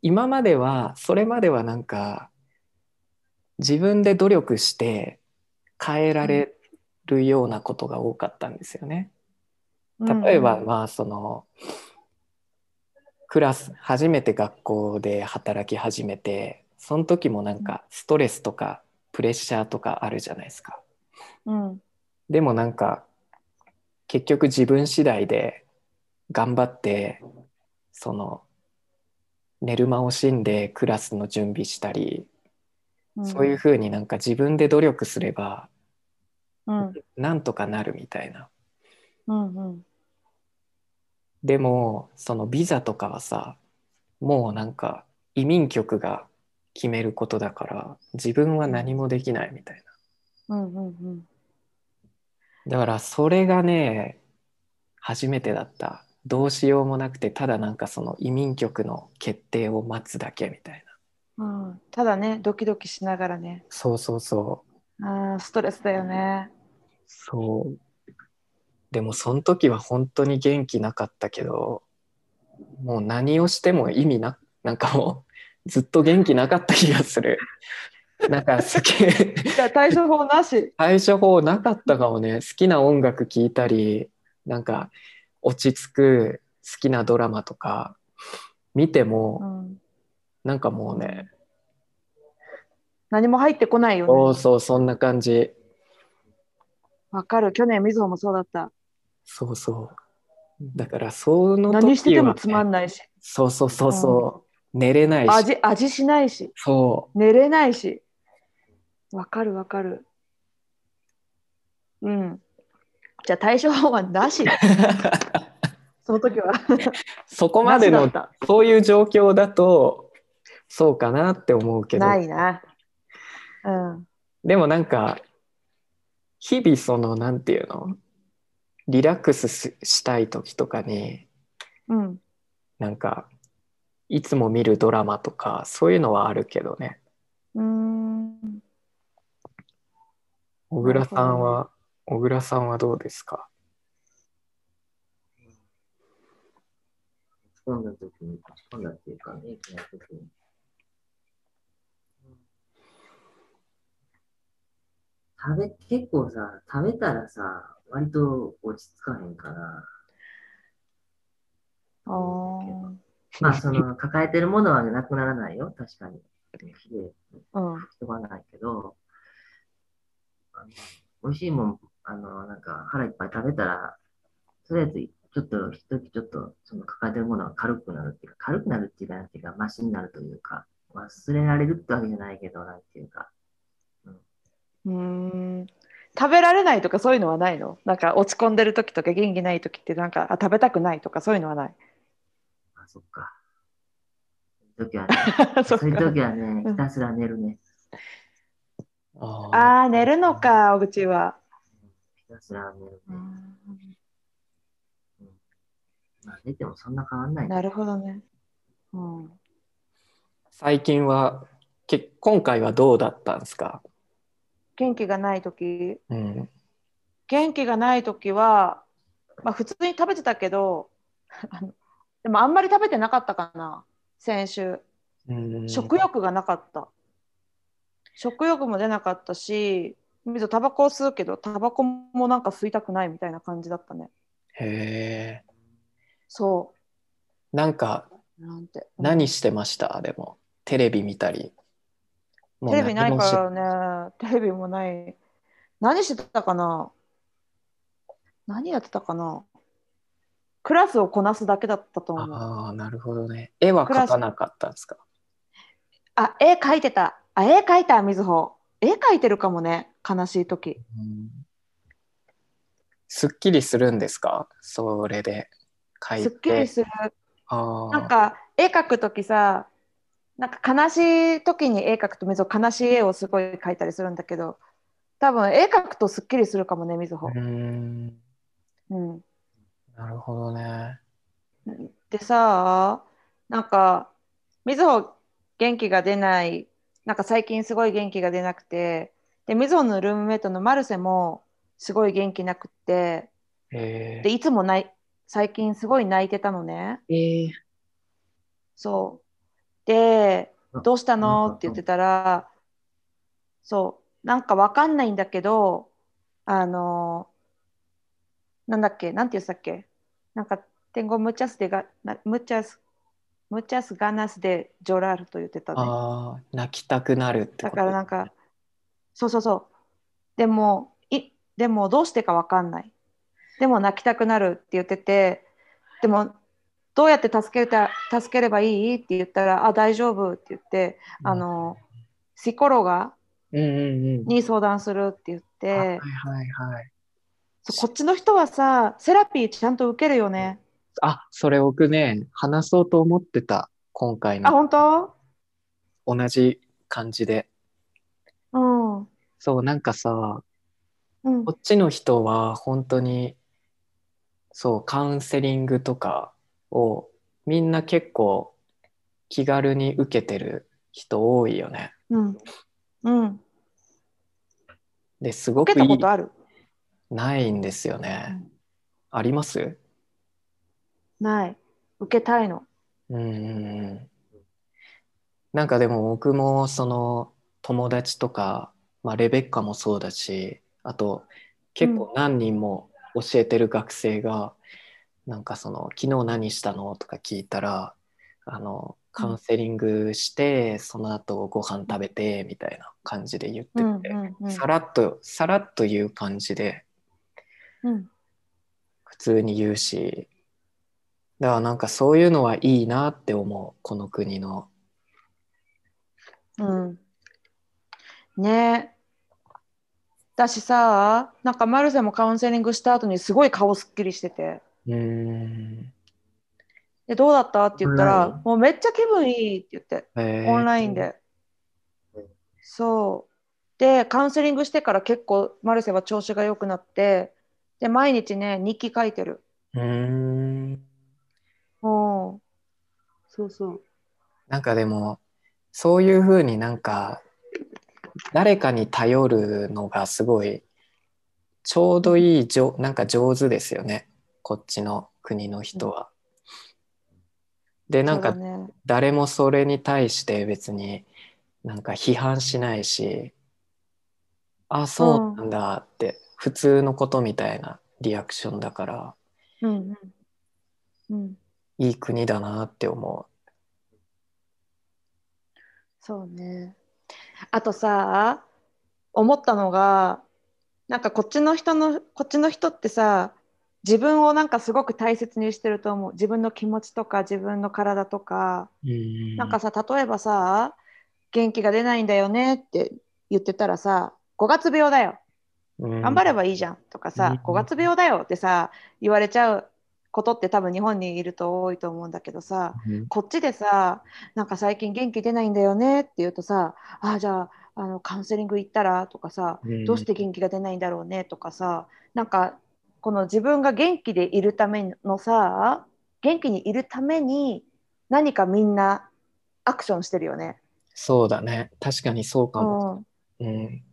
Speaker 2: 今まではそれまではなんか自分で努力して変えられるようなことが多かったんですよね、例えば、まあそのクラス初めて学校で働き始めてその時もなんかストレスとかプレッシャーとかあるじゃないですか
Speaker 1: うんうん
Speaker 2: でもなんか結局自分次第で頑張ってその寝る間を惜しんでクラスの準備したり、
Speaker 1: うん、
Speaker 2: そういうふうになんか自分で努力すれば
Speaker 1: うん
Speaker 2: なんとかなるみたいな
Speaker 1: うんうん
Speaker 2: でもそのビザとかはさもうなんか移民局が決めることだから自分は何もできないみたい
Speaker 1: うんうん
Speaker 2: なだからそれがね初めてだったどうしようもなくてただなんかその移民局の決定を待つだけみたいな
Speaker 1: うんうんただねドキドキしながらね
Speaker 2: そうそうそう
Speaker 1: あーストレスだよね
Speaker 2: そうでもその時は本当に元気なかったけどもう何をしても意味ななんかもうずっと元気なかった気がするなんかすげえ
Speaker 1: じゃあ対処法なし
Speaker 2: 対処法なかったかもね好きな音楽聴いたりなんか落ち着く好きなドラマとか見て
Speaker 1: う
Speaker 2: も
Speaker 1: ん
Speaker 2: なんかもうね
Speaker 1: 何も入ってこない
Speaker 2: そ
Speaker 1: よ
Speaker 2: う
Speaker 1: ね
Speaker 2: そうそんな感じ
Speaker 1: わかる去年みずほもそうだった
Speaker 2: そうそうだからその時は、ね、
Speaker 1: 何しててもつまんないし
Speaker 2: そうそうそうそう、寝れないし
Speaker 1: 味味しないし
Speaker 2: そ
Speaker 1: 寝れないしわかるわかる。うん。じゃあ対処法はなしだ。その時は。
Speaker 2: そこまで
Speaker 1: な
Speaker 2: の
Speaker 1: しだっ
Speaker 2: そういう状況だとそうかなって思う
Speaker 1: た
Speaker 2: けど
Speaker 1: ないな。うん。
Speaker 2: でもなんか日々そのなんていうのリラックスししたい時とかに
Speaker 1: うん。
Speaker 2: なんかいつも見るドラマとかそういうのはあるけどね
Speaker 1: うーん。
Speaker 2: 小倉さんは小倉さんはどうですか
Speaker 3: 落ち込んだ時に、落ち込んだっていうか、元気な時に。食べ、結構さ、食べたらさ、割と落ち着かへんから、
Speaker 1: あー
Speaker 3: まあ、その、抱えてるものはなくならないよ、確かに。火で
Speaker 1: うん。
Speaker 3: 吹き飛ばないけど、あの美味しいもん、あの、なんか腹いっぱい食べたら、とりあえず、ちょっと、一時ちょっと、その抱えてるものが軽くなるっていうか、軽くなるっていうか、なんていうか、マシになるというか、忘れられるってわけじゃないけど、なんていうか、
Speaker 1: うーん食べられないとかそういうのはないのなんか落ち込んでる時とか元気ない時ってなんかあ食べたくないとかそういうのはない。
Speaker 3: あ、そっか。そういう時はね、
Speaker 1: そ
Speaker 3: そ
Speaker 1: っ
Speaker 3: ういう
Speaker 1: か
Speaker 3: 時はね、
Speaker 1: うん
Speaker 3: ひたすら寝るね。
Speaker 2: あ
Speaker 1: ああ寝るのか小口は。
Speaker 3: ひたすら寝るね。まあ、寝てもそんな変わんないね。
Speaker 1: なるほどね。うん、
Speaker 2: 最近はけ今回はどうだったんですか、
Speaker 1: 元気がない時
Speaker 2: うん、
Speaker 1: 元気がない時は、まあ、普通に食べてたけど あのでもあんまり食べてなかったかな先週。
Speaker 2: うん
Speaker 1: 食欲がなかった、食欲も出なかったしみぞタバコを吸うけどタバコもなんか吸いたくないみたいな感じだったね
Speaker 2: へえ
Speaker 1: そ
Speaker 2: なんか
Speaker 1: うなんて
Speaker 2: 何してましたでもテレビ見たりもう
Speaker 1: テレビない
Speaker 2: 何もし
Speaker 1: からねテレビもない何してたかな何やってたかなクラスをこなすだけだったと思うあ
Speaker 2: ああなるほどね絵は描かなかったんですか
Speaker 1: 絵描いてたあ絵描いたみずほ絵描いてるかもね悲しい時
Speaker 2: うんすっきりするんですかそれで描い
Speaker 1: す
Speaker 2: て
Speaker 1: っきりする
Speaker 2: ああ
Speaker 1: なんか絵描くときさなんか悲しいときに絵描くとみずほ悲しい絵をすごい描いたりするんだけど多分絵描くとすっきりするかもねみずほ
Speaker 2: う、ーん
Speaker 1: うん、
Speaker 2: なるほどね
Speaker 1: でさなんかみずほ元気が出ないなんか最近すごい元気が出なくてでみずほのルームメイトのマルセもすごい元気なくって
Speaker 2: え
Speaker 1: でいつもない最近すごい泣いてたのね
Speaker 2: えー
Speaker 1: そう。で
Speaker 3: あ、
Speaker 1: どうした
Speaker 3: な
Speaker 1: の
Speaker 3: んか
Speaker 1: って言ってたら、そう、なんかわかんないんだけど、あのーなんだっけ、なんて言ってたっけ、なんか、天狗ムチャスでが、なムチャス、ムチャスガナスでジョラルと言ってたね。
Speaker 2: ああ泣きたくなるって
Speaker 1: だ
Speaker 2: こと
Speaker 1: からなんか、そうそうそう。でも、いでもどうしてかわかんない。でも泣きたくなるって言ってて、でもどうやって助けた助ければいいって言ったら、あ、大丈夫って言って、
Speaker 2: うん
Speaker 1: あの、シコロガ
Speaker 2: うんうんうん
Speaker 1: に相談するって言っ
Speaker 2: はい
Speaker 1: て、
Speaker 2: はいはい
Speaker 1: そうこっちの人はさ、セラピーちゃんと受けるよね。
Speaker 2: あそれ僕ね話そうと思ってた今回
Speaker 1: あ、
Speaker 2: の
Speaker 1: 本当
Speaker 2: 同じ感じで
Speaker 1: うん。
Speaker 2: そうなんかさ
Speaker 1: うん
Speaker 2: こ。っちの人は本当にそうカウンセリングとかをみんな結構気軽に受けてる人多いよね。
Speaker 1: うん。うん。
Speaker 2: ですご
Speaker 1: 受
Speaker 2: く
Speaker 1: け
Speaker 2: い
Speaker 1: た
Speaker 2: い
Speaker 1: ことある
Speaker 2: ないんですよね。あります
Speaker 1: ない。受けたいの。
Speaker 2: うんうんうん。なんかでも僕もその友達とか、まあ、レベッカもそうだしあと結構何人も教えてる学生が、なんかその「昨日何したの?」とか聞いたらあのカウンセリングして、その後ご飯食べてみたいな感じで言ってて、
Speaker 1: うんうんうん
Speaker 2: さらっとさらっと言う感じで
Speaker 1: うん。
Speaker 2: 普通に言うしだからなんかそういうのはいいなって思うこの国の。
Speaker 1: うん、ねえ私さなんかマルセもカウンセリングした後にすごい顔すっきりしてて
Speaker 2: うーん。
Speaker 1: でどうだったって言った
Speaker 3: オンライ
Speaker 1: ら
Speaker 3: ン
Speaker 1: もうめっちゃ気分いいって言って
Speaker 2: えー
Speaker 1: オンライン。で
Speaker 3: うん
Speaker 1: そうでカウンセリングしてから結構マルセは調子が良くなってで毎日ね日記書いてる
Speaker 2: うーん。
Speaker 1: うんそうそう
Speaker 2: なんかでも、そういうふうになんか、誰かに頼るのがすごい、ちょうどいいじょ、なんか上手ですよね。こっちの国の人は。で、なん
Speaker 1: そう
Speaker 2: か
Speaker 1: だね
Speaker 2: 誰もそれに対して別になんか批判しないし、あ、そうなんだって、普通のことみたいなリアクションだから、
Speaker 1: うんうんうん
Speaker 2: いい国だなって思
Speaker 1: そうね。あとさ、思ったのが、なんかこっちの人の、こっちの人ってさ、自分をなんかすごく大切にしてると思う。自分の気持ちとか、自分の体とか。
Speaker 2: う。うん
Speaker 1: なんかさ、例えばさ、元気が出ないんだよねって言ってたらさ、5月病だよ。頑
Speaker 2: 頑
Speaker 1: 張ればいいじゃんとかさ、
Speaker 2: う
Speaker 1: 5
Speaker 2: ん
Speaker 1: 月病だよってさ、言われちゃうことって多分日本にいると多いと思うんだけどさ、こっちでさなんか最近元気出ないんだよねって言うとさあーじゃああのカウンセリング行ったらとかさどうして元気が出ないんだろうねとかさなんかこの自分が元気でいるためのさ元気にいるために何かみんなアクションしてるよね。
Speaker 2: そうだね。確かにそうかも。
Speaker 1: うん、
Speaker 2: うん。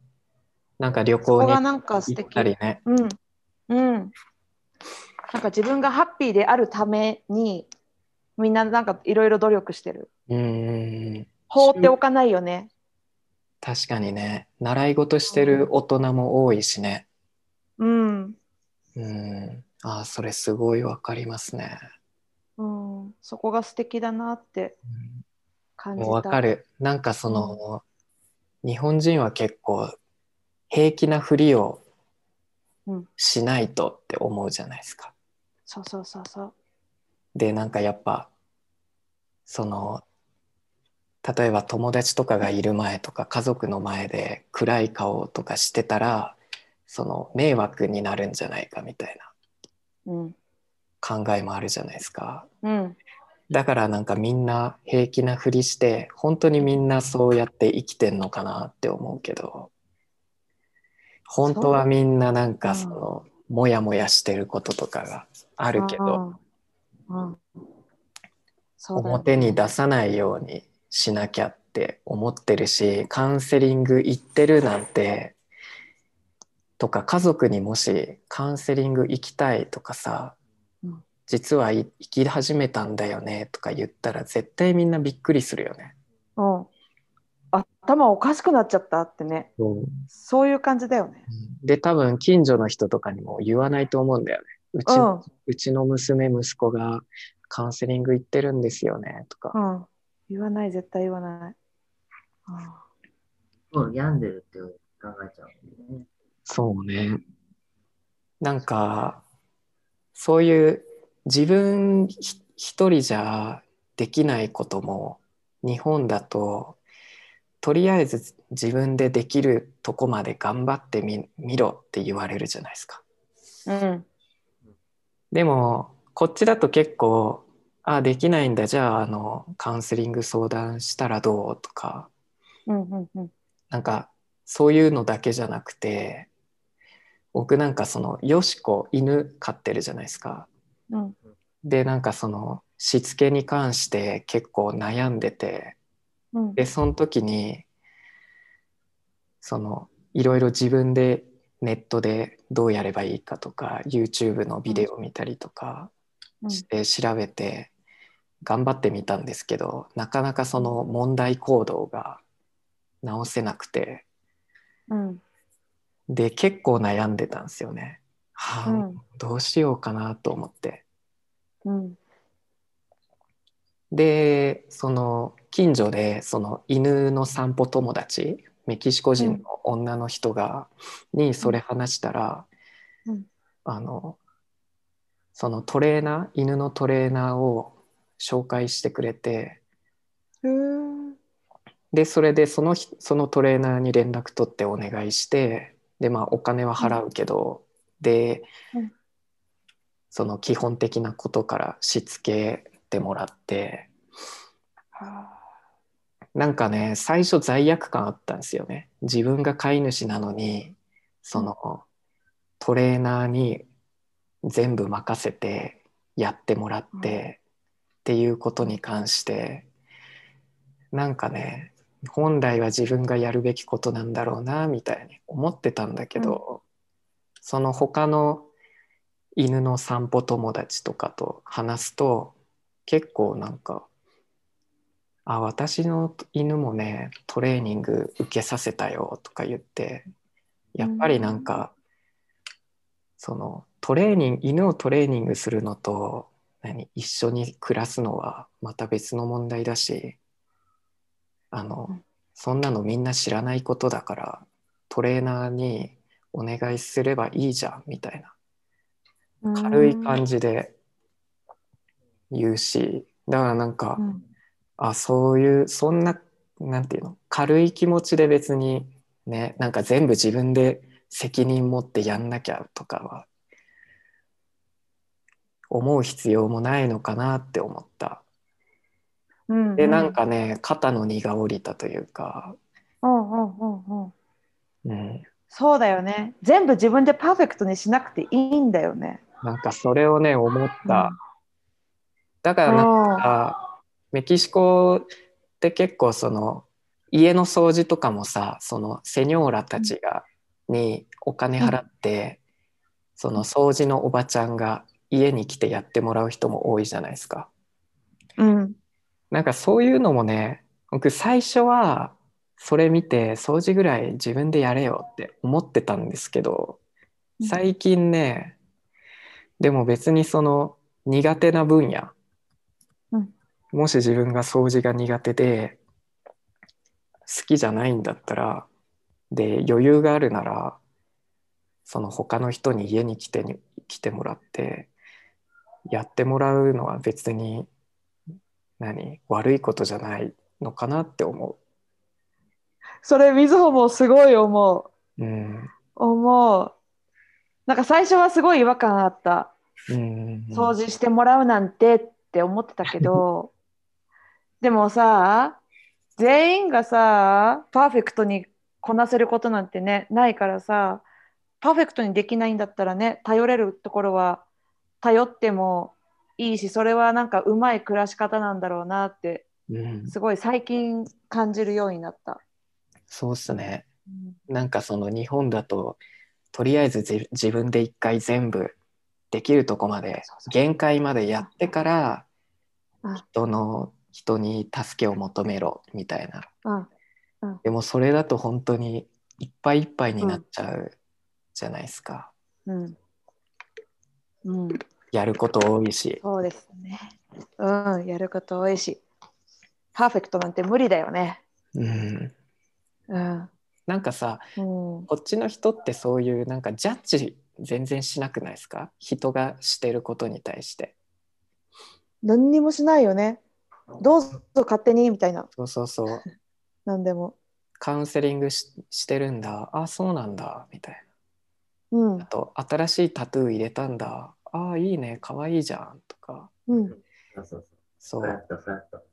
Speaker 2: なんか旅
Speaker 1: そ
Speaker 2: 行
Speaker 1: こ
Speaker 2: に
Speaker 1: が
Speaker 2: 行
Speaker 1: なんか素
Speaker 2: っ
Speaker 1: 敵
Speaker 2: たりね。
Speaker 1: うんうん、なんか自分がハッピーであるためにみんななんかいろいろ努力してる
Speaker 2: うん。
Speaker 1: 放っておかないよね。
Speaker 2: 確かにね。習い事してる大人も多いしね。
Speaker 1: うん
Speaker 2: うん。ああ、それすごいわかりますね。
Speaker 1: うん、そこが素敵だなって感じ
Speaker 2: も
Speaker 1: た。
Speaker 2: うわかる。なんかその、日本人は結構平気なふりを
Speaker 1: うん
Speaker 2: しないとって思うじゃないですか。
Speaker 1: そうそうそうそう。
Speaker 2: でなんかやっぱその例えば友達とかがいる前とか家族の前で暗い顔とかしてたらその迷惑になるんじゃないかみたいな
Speaker 1: うん。
Speaker 2: 考えもあるじゃないですか
Speaker 1: うん。
Speaker 2: だからなんかみんな平気なふりして本当にみんなそうやって生きてんのかなって思うけど本当はみんななんかそのモヤモヤしてることとかがあ
Speaker 1: あ
Speaker 2: るけど。
Speaker 1: うん。うん。そうだよ
Speaker 2: 表に出さないようにしなきゃって思ってるしカウンセリング行ってるなんてとか家族にもしカウンセリング行きたいとかさ、
Speaker 1: うん
Speaker 2: 実はい行き始めたんだよねとか言ったら絶対みんなびっくりするよね。
Speaker 1: うん。頭おかしくなっちゃったってね。そういう感じだよね。
Speaker 2: で多分近所の人とかにも言わないと思うんだよね。う
Speaker 1: う。
Speaker 2: ち,、うんちの娘息子がカウンセリング行ってるんですよねとか、
Speaker 1: うん。言わない、絶対言わない。あ
Speaker 3: そう、病んでるって考えちゃうんだよね。
Speaker 2: そうね。なんか、そういう自分ひ一人じゃできないことも日本だと、とりあえず自分でできるとこまで頑張ってみ見ろって言われるじゃないですか。
Speaker 1: うん。
Speaker 2: でも、こっちだと結構、あ、できないんだ、じゃあ、あの、カウンセリング相談したらどうとか、
Speaker 1: うん。うん。うん。
Speaker 2: なんかそういうのだけじゃなくて僕なんかそのよしこ犬飼ってるじゃないですか。
Speaker 1: うん。
Speaker 2: でなんかそのしつけに関して結構悩んでて
Speaker 1: うん。
Speaker 2: でその時にそのいろいろ自分でネットでどうやればいいかとか YouTube のビデオ見たりとか
Speaker 1: うん
Speaker 2: して調べて頑張ってみたんですけどなかなかその問題行動が直せなくて。
Speaker 1: うん。
Speaker 2: で結構悩んでたんですよね。はあ、
Speaker 1: うん
Speaker 2: どうしようかなと思って。
Speaker 1: うん。
Speaker 2: でその近所でその犬の散歩友達メキシコ人の女の人が、にそれ話したら、
Speaker 1: うん
Speaker 2: あのそのトレーナー犬のトレーナーを紹介してくれて
Speaker 1: へー
Speaker 2: でそれでその人そのトレーナーに連絡取ってお願いしてでまあお金は払うけど、で、
Speaker 1: うん
Speaker 2: その基本的なことからしつけてもらってなんかね最初罪悪感あったんですよね自分が飼い主なのにそのトレーナーに全部任せてやってもらって、っていうことに関してなんかね本来は自分がやるべきことなんだろうなみたいに思ってたんだけど、その他の犬の散歩友達とかと話すと結構なんか「あ私の犬もねトレーニング受けさせたよ」とか言ってやっぱりなんか、そのトレーニング犬をトレーニングするのと何一緒に暮らすのはまた別の問題だしあの、
Speaker 1: うん
Speaker 2: そんなのみんな知らないことだからトレーナーにお願いすればいいじゃんみたいな軽い感じで言うしだからなんか、
Speaker 1: うん
Speaker 2: あそういうそんななんていうの軽い気持ちで別にねなんか全部自分で責任持ってやんなきゃとかは思う必要もないのかなって思った
Speaker 1: うん
Speaker 2: でなんかね肩の荷が下りたというか、
Speaker 1: うんうんうんうん
Speaker 2: うん、
Speaker 1: そうだよね全部自分でパーフェクトにしなくていいんだよね
Speaker 2: なんかそれをね思った、
Speaker 1: うん
Speaker 2: だからなんかメキシコって結構その家の掃除とかもさそのセニョーラたちが、にお金払って、その掃除のおばちゃんが家に来てやってもらう人も多いじゃないですか。
Speaker 1: うん
Speaker 2: なんかそういうのもね僕最初はそれ見て掃除ぐらい自分でやれよって思ってたんですけど
Speaker 1: うん
Speaker 2: 最近ねでも別にその苦手な分
Speaker 1: う
Speaker 2: 野、
Speaker 1: ん
Speaker 2: もし自分が掃除が苦手で好きじゃないんだったらで余裕があるならその他の人に家に来てに来てもらってやってもらうのは別に何悪いことじゃないのかなって思
Speaker 1: それみずほもすごい思う
Speaker 2: う。うん。
Speaker 1: 思うなんか最初はすごい違和感あった
Speaker 2: うん。
Speaker 1: 掃除してもらうなんてって思ってたけどでもさ全員がさパーフェクトにこなせることなんてねないからさパーフェクトにできないんだったらね頼れるところは頼ってもいいしそれはなんかうまい暮らし方なんだろうなって
Speaker 2: うん。
Speaker 1: すごい最近感じるようになった。
Speaker 2: そうっすね。
Speaker 1: うん
Speaker 2: なんかその日本だととりあえずじ自分で一回全部できるとこまで
Speaker 1: そうそう
Speaker 2: 限界までやってから
Speaker 1: うん
Speaker 2: 人の人に助けを求めろみたいな。
Speaker 1: うん
Speaker 2: でもそれだと本当にいっぱいいっぱいになっちゃうじゃないですか。
Speaker 1: うんうん
Speaker 2: やること多いし。
Speaker 1: そうですね。うん、やること多いし、パーフェクトなんて無理だよね。
Speaker 2: うん。
Speaker 1: うん。
Speaker 2: なんかさ
Speaker 1: うん、
Speaker 2: こっちの人ってそういうなんかジャッジ全然しなくないですか人がしてることに対して
Speaker 1: 何にもしないよね。どうぞ勝手にみたいな、
Speaker 2: そうそうそう
Speaker 1: 何でも。
Speaker 2: カウンセリングししてるんだあそうなんだみたい
Speaker 1: うん
Speaker 2: なあ、と新しいタトゥー入れたんだあいいねかわいいじゃんとか
Speaker 1: うん。
Speaker 3: そうそうそう。
Speaker 2: そう
Speaker 3: フラット、フラット。
Speaker 2: だか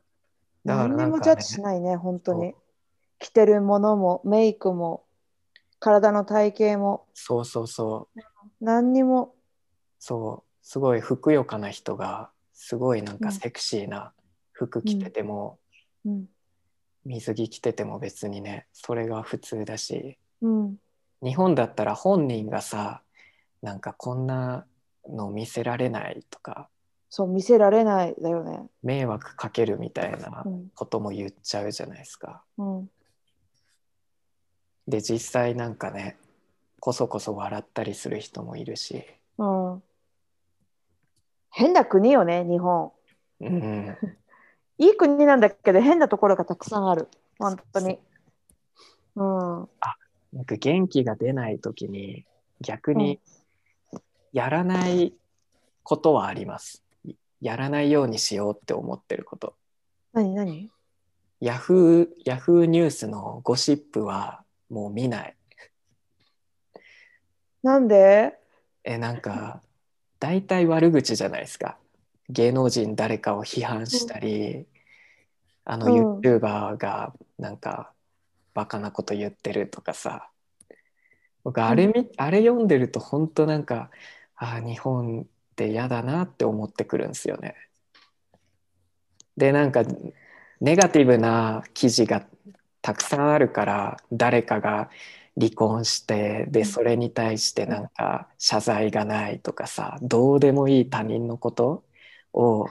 Speaker 2: ら
Speaker 1: 何
Speaker 2: な
Speaker 1: に
Speaker 2: んかね
Speaker 1: もジャッジしないね、本当に
Speaker 2: そ。
Speaker 1: 着てるものも、メイクも、体の体型も、
Speaker 2: そうそうそう
Speaker 1: 何にも。
Speaker 2: そうすごいふくよかな人がすごいなん
Speaker 1: う
Speaker 2: か
Speaker 1: ん
Speaker 2: セクシーな服着てても、
Speaker 1: うん。
Speaker 2: 水着着てても別にねそれが普通だし
Speaker 1: うん。
Speaker 2: 日本だったら本人がさなんかこんなの見せられないとか
Speaker 1: そう、見せられないだよね。
Speaker 2: 迷惑かけるみたいな
Speaker 1: うん。
Speaker 2: ことも言っちゃうじゃないですか。
Speaker 1: うん。
Speaker 2: で実際なんかねこそこそ笑ったりする人もいるし、
Speaker 1: うん、変な国よね、日本。
Speaker 2: うん、
Speaker 1: いい国なんだけど変なところがたくさんある本当にうん
Speaker 2: なんか元気が出ない時に逆にやらないことはあります。やらないようにしようって思ってること。
Speaker 1: 何何
Speaker 2: ヤフーヤフーニュースのゴシップはもう見ない。
Speaker 1: なんで
Speaker 2: えなんか大体悪口じゃないですか芸能人誰かを批判したり、あの
Speaker 1: うん
Speaker 2: YouTuber がなんかバカなこと言ってるとかさ僕あれみ、あれ読んでると本当なんかあー日本って嫌だなって思ってくるんですよね。でなんかネガティブな記事がたくさんあるから誰かが離婚してでそれに対してなんか謝罪がないとかさどうでもいい他人のことを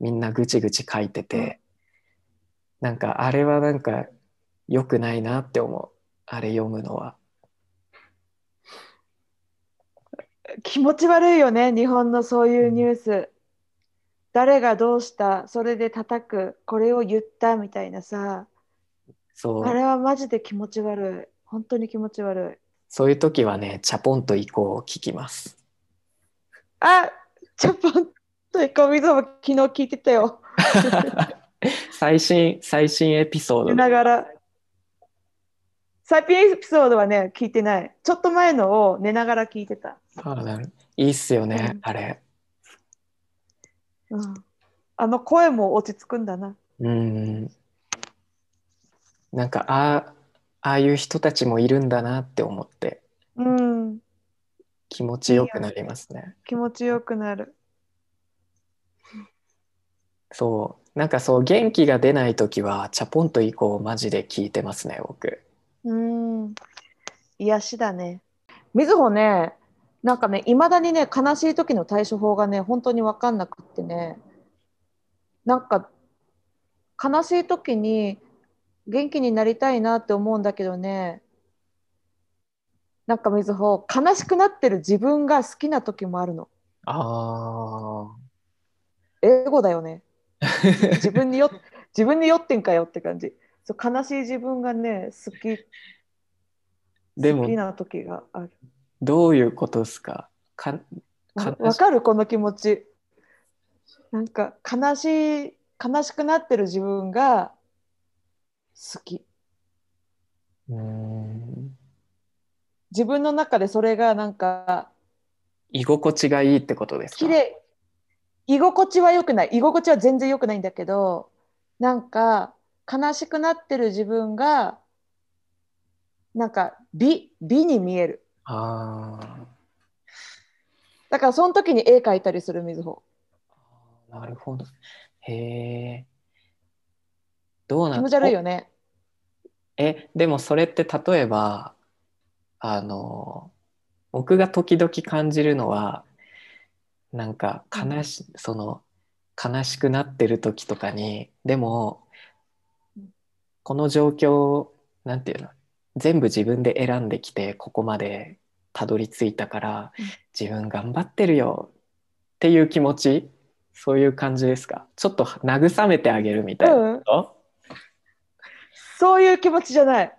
Speaker 2: みんなぐちぐち書いててなんかあれはなんか良くないなって思うあれ読むのは。
Speaker 1: 気持ち悪いよね日本のそういうニュース誰がどうしたそれで叩くこれを言ったみたいなさ
Speaker 2: そう
Speaker 1: あれはマジで気持ち悪い本当に気持ち悪い
Speaker 2: そういう時はね、チャポンと移行を聞きます。
Speaker 1: あちょっと一個水も昨日聞いてたよ
Speaker 2: 最新、最新エピソ
Speaker 1: 寝
Speaker 2: ード。
Speaker 1: ながら最近エピソードはね聞いてないちょっと前のを寝ながら聞いてた、
Speaker 2: あなるいいっすよね、
Speaker 1: うん
Speaker 2: あれ。
Speaker 1: うん、あの声も落ち着くんだな
Speaker 2: うん。なんか、ああ、ああいう人たちもいるんだなって思って、
Speaker 1: うん
Speaker 2: 気持ちよくなりますね。
Speaker 1: 気持ちよくなる
Speaker 2: そう。なんかそう、元気が出ない時は、チャポンと移行をマジで聞いてますね、僕。
Speaker 1: うん癒しだねみずほねなんかねいまだにね悲しい時の対処法がね本当に分かんなくってねなんか悲しい時に元気になりたいなって思うんだけどねなんかみずほ悲しくなってる自分が好きな時もあるの
Speaker 2: ああ。
Speaker 1: エゴだよ ね自分によ自分に酔ってんかよって感じそう悲しい自分がね好き
Speaker 2: でも
Speaker 1: 好きな時がある
Speaker 2: どういうことですかか、
Speaker 1: わ
Speaker 2: 悲
Speaker 1: わ
Speaker 2: し
Speaker 1: かるこの気持ちなんか悲しい悲しくなってる自分が好き
Speaker 2: うん。
Speaker 1: 自分の中でそれがなんか
Speaker 2: 居心地がいいってことですか
Speaker 1: 綺麗居心地は良くない居心地は全然良くないんだけどなんか悲しくなってる自分がなんか美美に見える
Speaker 2: ああ。
Speaker 1: だからその時に絵描いたりするみずほ
Speaker 2: なるほど。へえ。どうな
Speaker 1: 気
Speaker 2: ん
Speaker 1: 持ち悪いよね
Speaker 2: え、でもそれって例えば、あの、僕が時々感じるのは、なんか悲し、その、悲しくなってる時とかに、でも
Speaker 1: うん、
Speaker 2: この状況を、なんていうの、全部自分で選んできて、ここまでたどり着いたから
Speaker 1: うん、
Speaker 2: 自分頑張ってるよっていう気持ち、そういう感じですかちょっと慰めてあげるみたいな
Speaker 1: うん
Speaker 2: こと
Speaker 1: そういう気持ちじゃ ない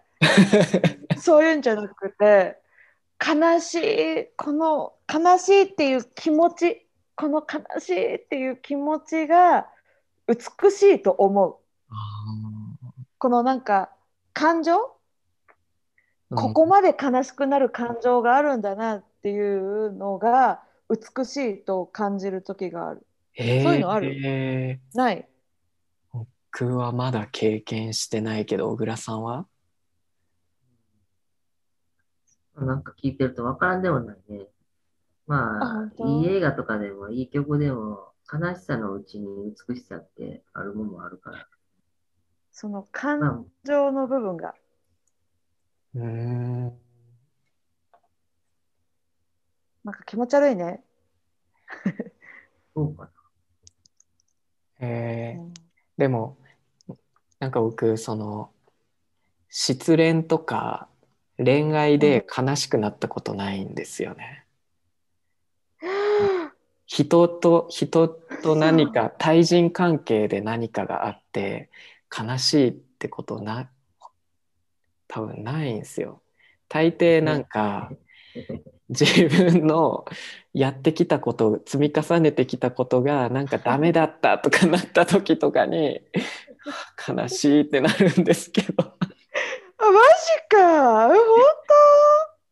Speaker 1: そういうんじゃなくて悲しいこの悲しいっていう気持ちこの悲しいっていう気持ちが美しいと思うこのなんか感情、ここまで悲しくなる感情があるんだなっていうのが美しいと感じる時がある
Speaker 2: で
Speaker 1: そういうのある
Speaker 2: る
Speaker 1: ない
Speaker 2: 僕はまだ経験してないけど小倉さんは
Speaker 3: なんか聞いてるとわからんでもないね。
Speaker 1: あ
Speaker 3: ま
Speaker 1: 本
Speaker 3: あ、
Speaker 1: 当
Speaker 3: いい映画とかでも、いい曲でも、悲しさのうちに美しさってあるもんもあるから。
Speaker 1: その
Speaker 3: ま
Speaker 1: 感
Speaker 3: あ、
Speaker 1: 情の部分が
Speaker 2: うん
Speaker 1: なんか気持ち悪いね、
Speaker 3: そうかな。
Speaker 2: えー
Speaker 1: うん
Speaker 2: でもなんか僕その失恋とか恋愛で悲しくなったことないんですよね。人と人と何 か対人関係で何かがあって悲しいってことな多分ないんですよ。大抵なんか、 自分のやってきたこと積み重ねてきたことがなんかダメだったとかなった時とか に悲しいってなるんですけど
Speaker 1: あマジかうん本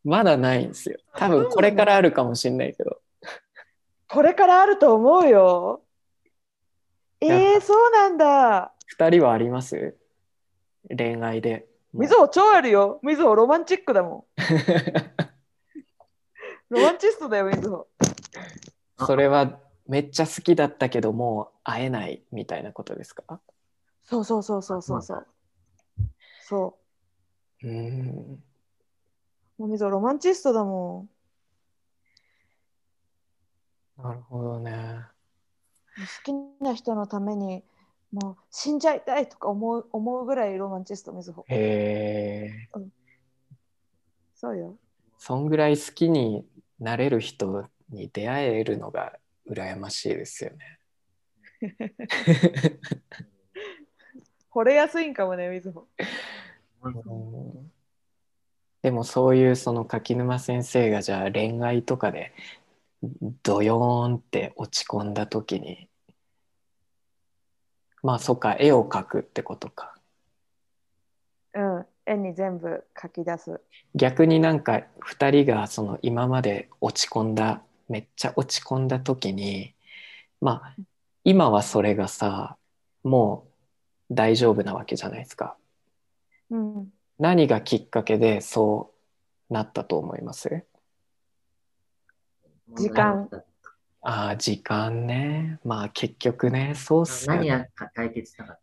Speaker 2: まだないんですよ。多分これからあるかもしれないけど。
Speaker 1: これからあると思うよ。えー、そうなんだ。
Speaker 2: 二人はあります恋愛 で。
Speaker 1: みずほ超あるよ。みずほロマンチックだもん。ロマンチストだよ、みずほ。
Speaker 2: それはめっちゃ好きだったけどもう会えないみたいなことですか
Speaker 1: そうそうそうそうそうそう。そう
Speaker 2: ーん。
Speaker 1: う。もうみずほロマンチストだもん。
Speaker 2: なるほどね。
Speaker 1: 好きな人のためにもう死んじゃいたいとか思う思うぐらいロマンチストみずほ。
Speaker 2: へえ。
Speaker 1: そうよ。
Speaker 2: そんぐらい好きになれる人に出会えるのが羨ましいですよね。
Speaker 1: 惚れやすいんかもね、みずほ。
Speaker 2: うんでもそういうその柿沼先生がじゃあ恋愛とかでドヨーンって落ち込んだ時にまあそっか絵を描くってことか
Speaker 1: うん。絵に全部書き出す。
Speaker 2: 逆になんか2人がその今まで落ち込んだめっちゃ落ち込んだ時にまあ今はそれがさもう大丈夫なわけじゃないですか
Speaker 1: うん。
Speaker 2: 何がきっかけでそうなったと思います
Speaker 1: 時間
Speaker 3: 問題
Speaker 2: ああ時間ねまあ結局ねそうっすよ
Speaker 3: 何
Speaker 2: ね
Speaker 3: が解決したかっ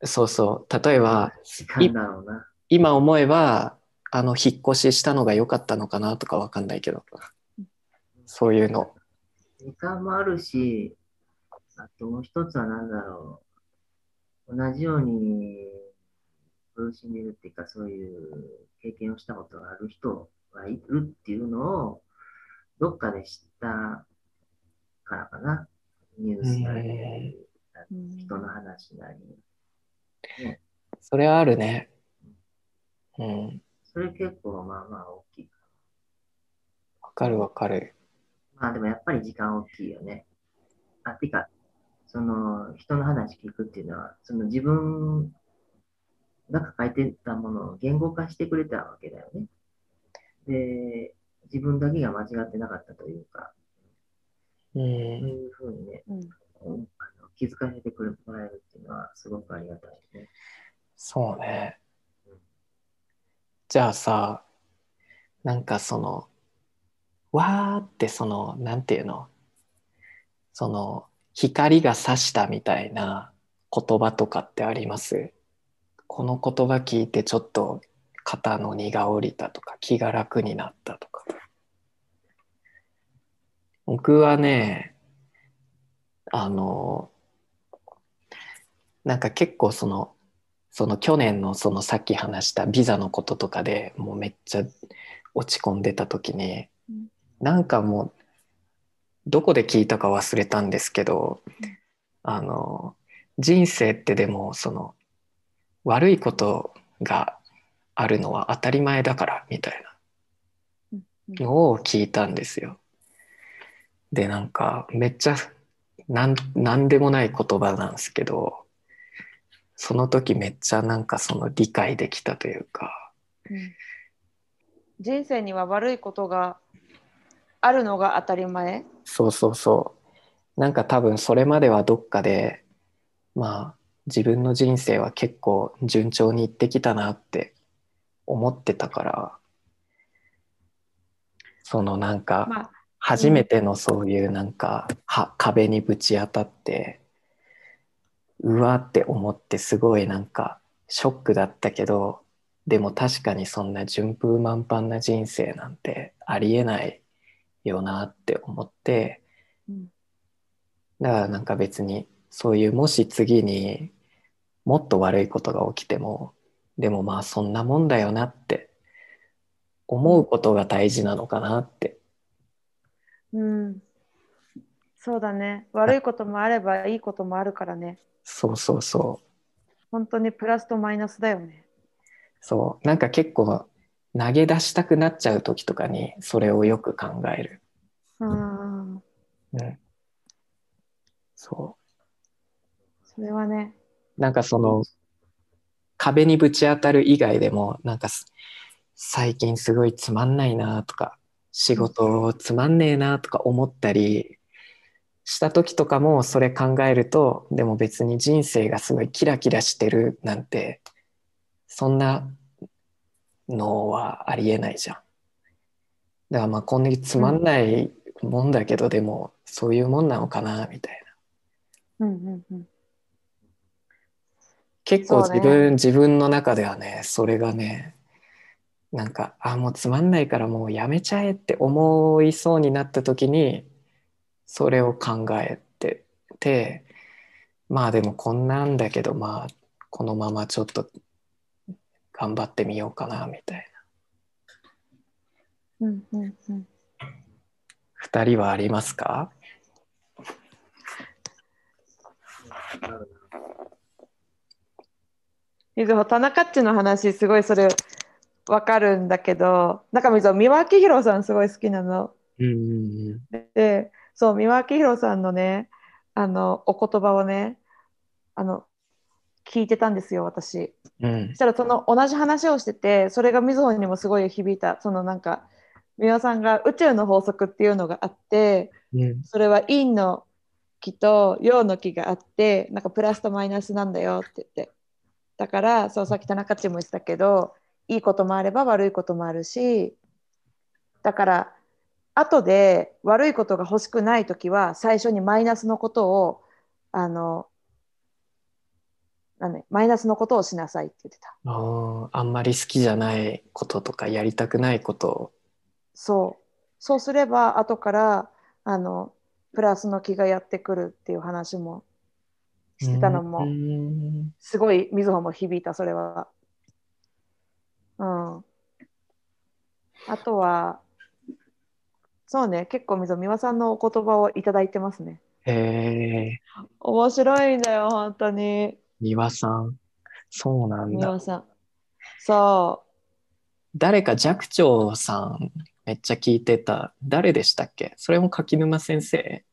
Speaker 3: て
Speaker 2: そうそう例えば
Speaker 3: 時間だろうな。
Speaker 2: 今思えばあの引っ越ししたのが良かったのかなとかわかんないけどそういうの
Speaker 3: 時間もあるし、あともう一つは何だろう。同じように苦しんでるっていうか、そういう経験をしたことがある人がいるっていうのを、どっかで知ったからかな。ニュースなり
Speaker 2: うん、
Speaker 1: うん
Speaker 3: 人の話なり。
Speaker 2: それはあるねうん
Speaker 3: それ結構まあまあ大きい。
Speaker 2: わかるわかる
Speaker 3: まあでもやっぱり時間大きいよね。あ、てか、その人の話聞くっていうのは、その自分が抱えてたものを言語化してくれたわけだよね。で、自分だけが間違ってなかったというか、
Speaker 2: う
Speaker 3: そうい
Speaker 2: ん
Speaker 3: うふうにね、
Speaker 1: うん
Speaker 3: うんあの気づかせてくれもらえるっていうのはすごくありがたいね。
Speaker 2: そうねじゃあさなんかそのわーってそのなんていうのその光が差したみたいな言葉とかってありますこの言葉聞いてちょっと肩の荷が下りたとか気が楽になったとか僕はねあのなんか結構そのその去年のそのさっき話したビザのこととかでもうめっちゃ落ち込んでた時に、
Speaker 1: うん
Speaker 2: なんかもうどこで聞いたか忘れたんですけど、あの人生ってでもその悪いことがあるのは当たり前だからみたいなのを聞いたんですよ。でなんかめっちゃなんなんでもない言葉なんですけどその時めっちゃなんかその理解できたというか
Speaker 1: うん人生には悪いことがあるのが当たり前。
Speaker 2: そうそうそうなんか多分それまではどっかでまあ自分の人生は結構順調にいってきたなって思ってたからそのなん
Speaker 1: ま
Speaker 2: か
Speaker 1: あ、
Speaker 2: 初めてのそういうなんかは壁にぶち当たってうわって思ってすごいなんかショックだったけどでも確かにそんな順風満帆な人生なんてありえないよなって思って
Speaker 1: うん
Speaker 2: だからなんか別にそういうもし次にもっと悪いことが起きてもでもまあそんなもんだよなって思うことが大事なのかなって
Speaker 1: うん。そうだね。悪いこともあればいいこともあるからね。
Speaker 2: そうそうそう
Speaker 1: 本当にプラスとマイナスだよね。
Speaker 2: そうなんか結構投げ出したくなっちゃう時とかにそれをよく考える、
Speaker 1: うん。
Speaker 2: うん、そ
Speaker 1: それはね。
Speaker 2: うなんかその壁にぶち当たる以外でもなんかす最近すごいつまんないなとか仕事つまんねえなとか思ったりした時とかもそれ考えるとでも別に人生がすごいキラキラしてるなんてそんなのはありえないじゃん。だからまあこんなにつまんないもんだけど、でもそういうもんなのかなみたいな。
Speaker 1: うんうんうん。
Speaker 2: 結構
Speaker 1: そうね
Speaker 2: 自分、自分の中ではねそれがねなんかあもうつまんないからもうやめちゃえって思いそうになった時にそれを考えててまあでもこんなんだけどまあこのままちょっと頑張ってみようかなみたいな
Speaker 1: うんうんうん。
Speaker 2: 二人はありますか
Speaker 1: みずほ、田中っちの話、すごいそれ、わかるんだけど、なんかみずほ、三輪明宏さんすごい好きなの。
Speaker 2: うんうん
Speaker 1: で、そう、三輪明宏さんのね、あの、お言葉をね、あの、聞いてたんですよ、私。
Speaker 2: うんうん
Speaker 1: そしたら、その同じ話をしてて、それがみずほにもすごい響いた。そのなんか、三輪さんが宇宙の法則っていうのがあって、
Speaker 2: うん
Speaker 1: それは陰の気と陽の気があってなんかプラスとマイナスなんだよって言ってだからそうさっき田中っちも言ってたけどいいこともあれば悪いこともあるしだから後で悪いことが欲しくない時は最初にマイナスのことをあのなんだマイナスのことをしなさいって言ってた
Speaker 2: あーあんまり好きじゃないこととかやりたくないことを
Speaker 1: そうそうすれば後からあのプラスの気がやってくるっていう話もしてたのも、
Speaker 2: うん
Speaker 1: すごいみずほも響いたそれは。うん。あとはそうね結構みずほ美輪さんのお言葉をいただいてますね。
Speaker 2: へえ
Speaker 1: 面白いんだよ本当に
Speaker 2: 三輪さん。そうなん
Speaker 1: 美
Speaker 2: だ
Speaker 1: 輪。さん。そ
Speaker 2: 誰か寂聴さんめっちゃ聞いてた。誰でしたっけそれも柿沼先 生。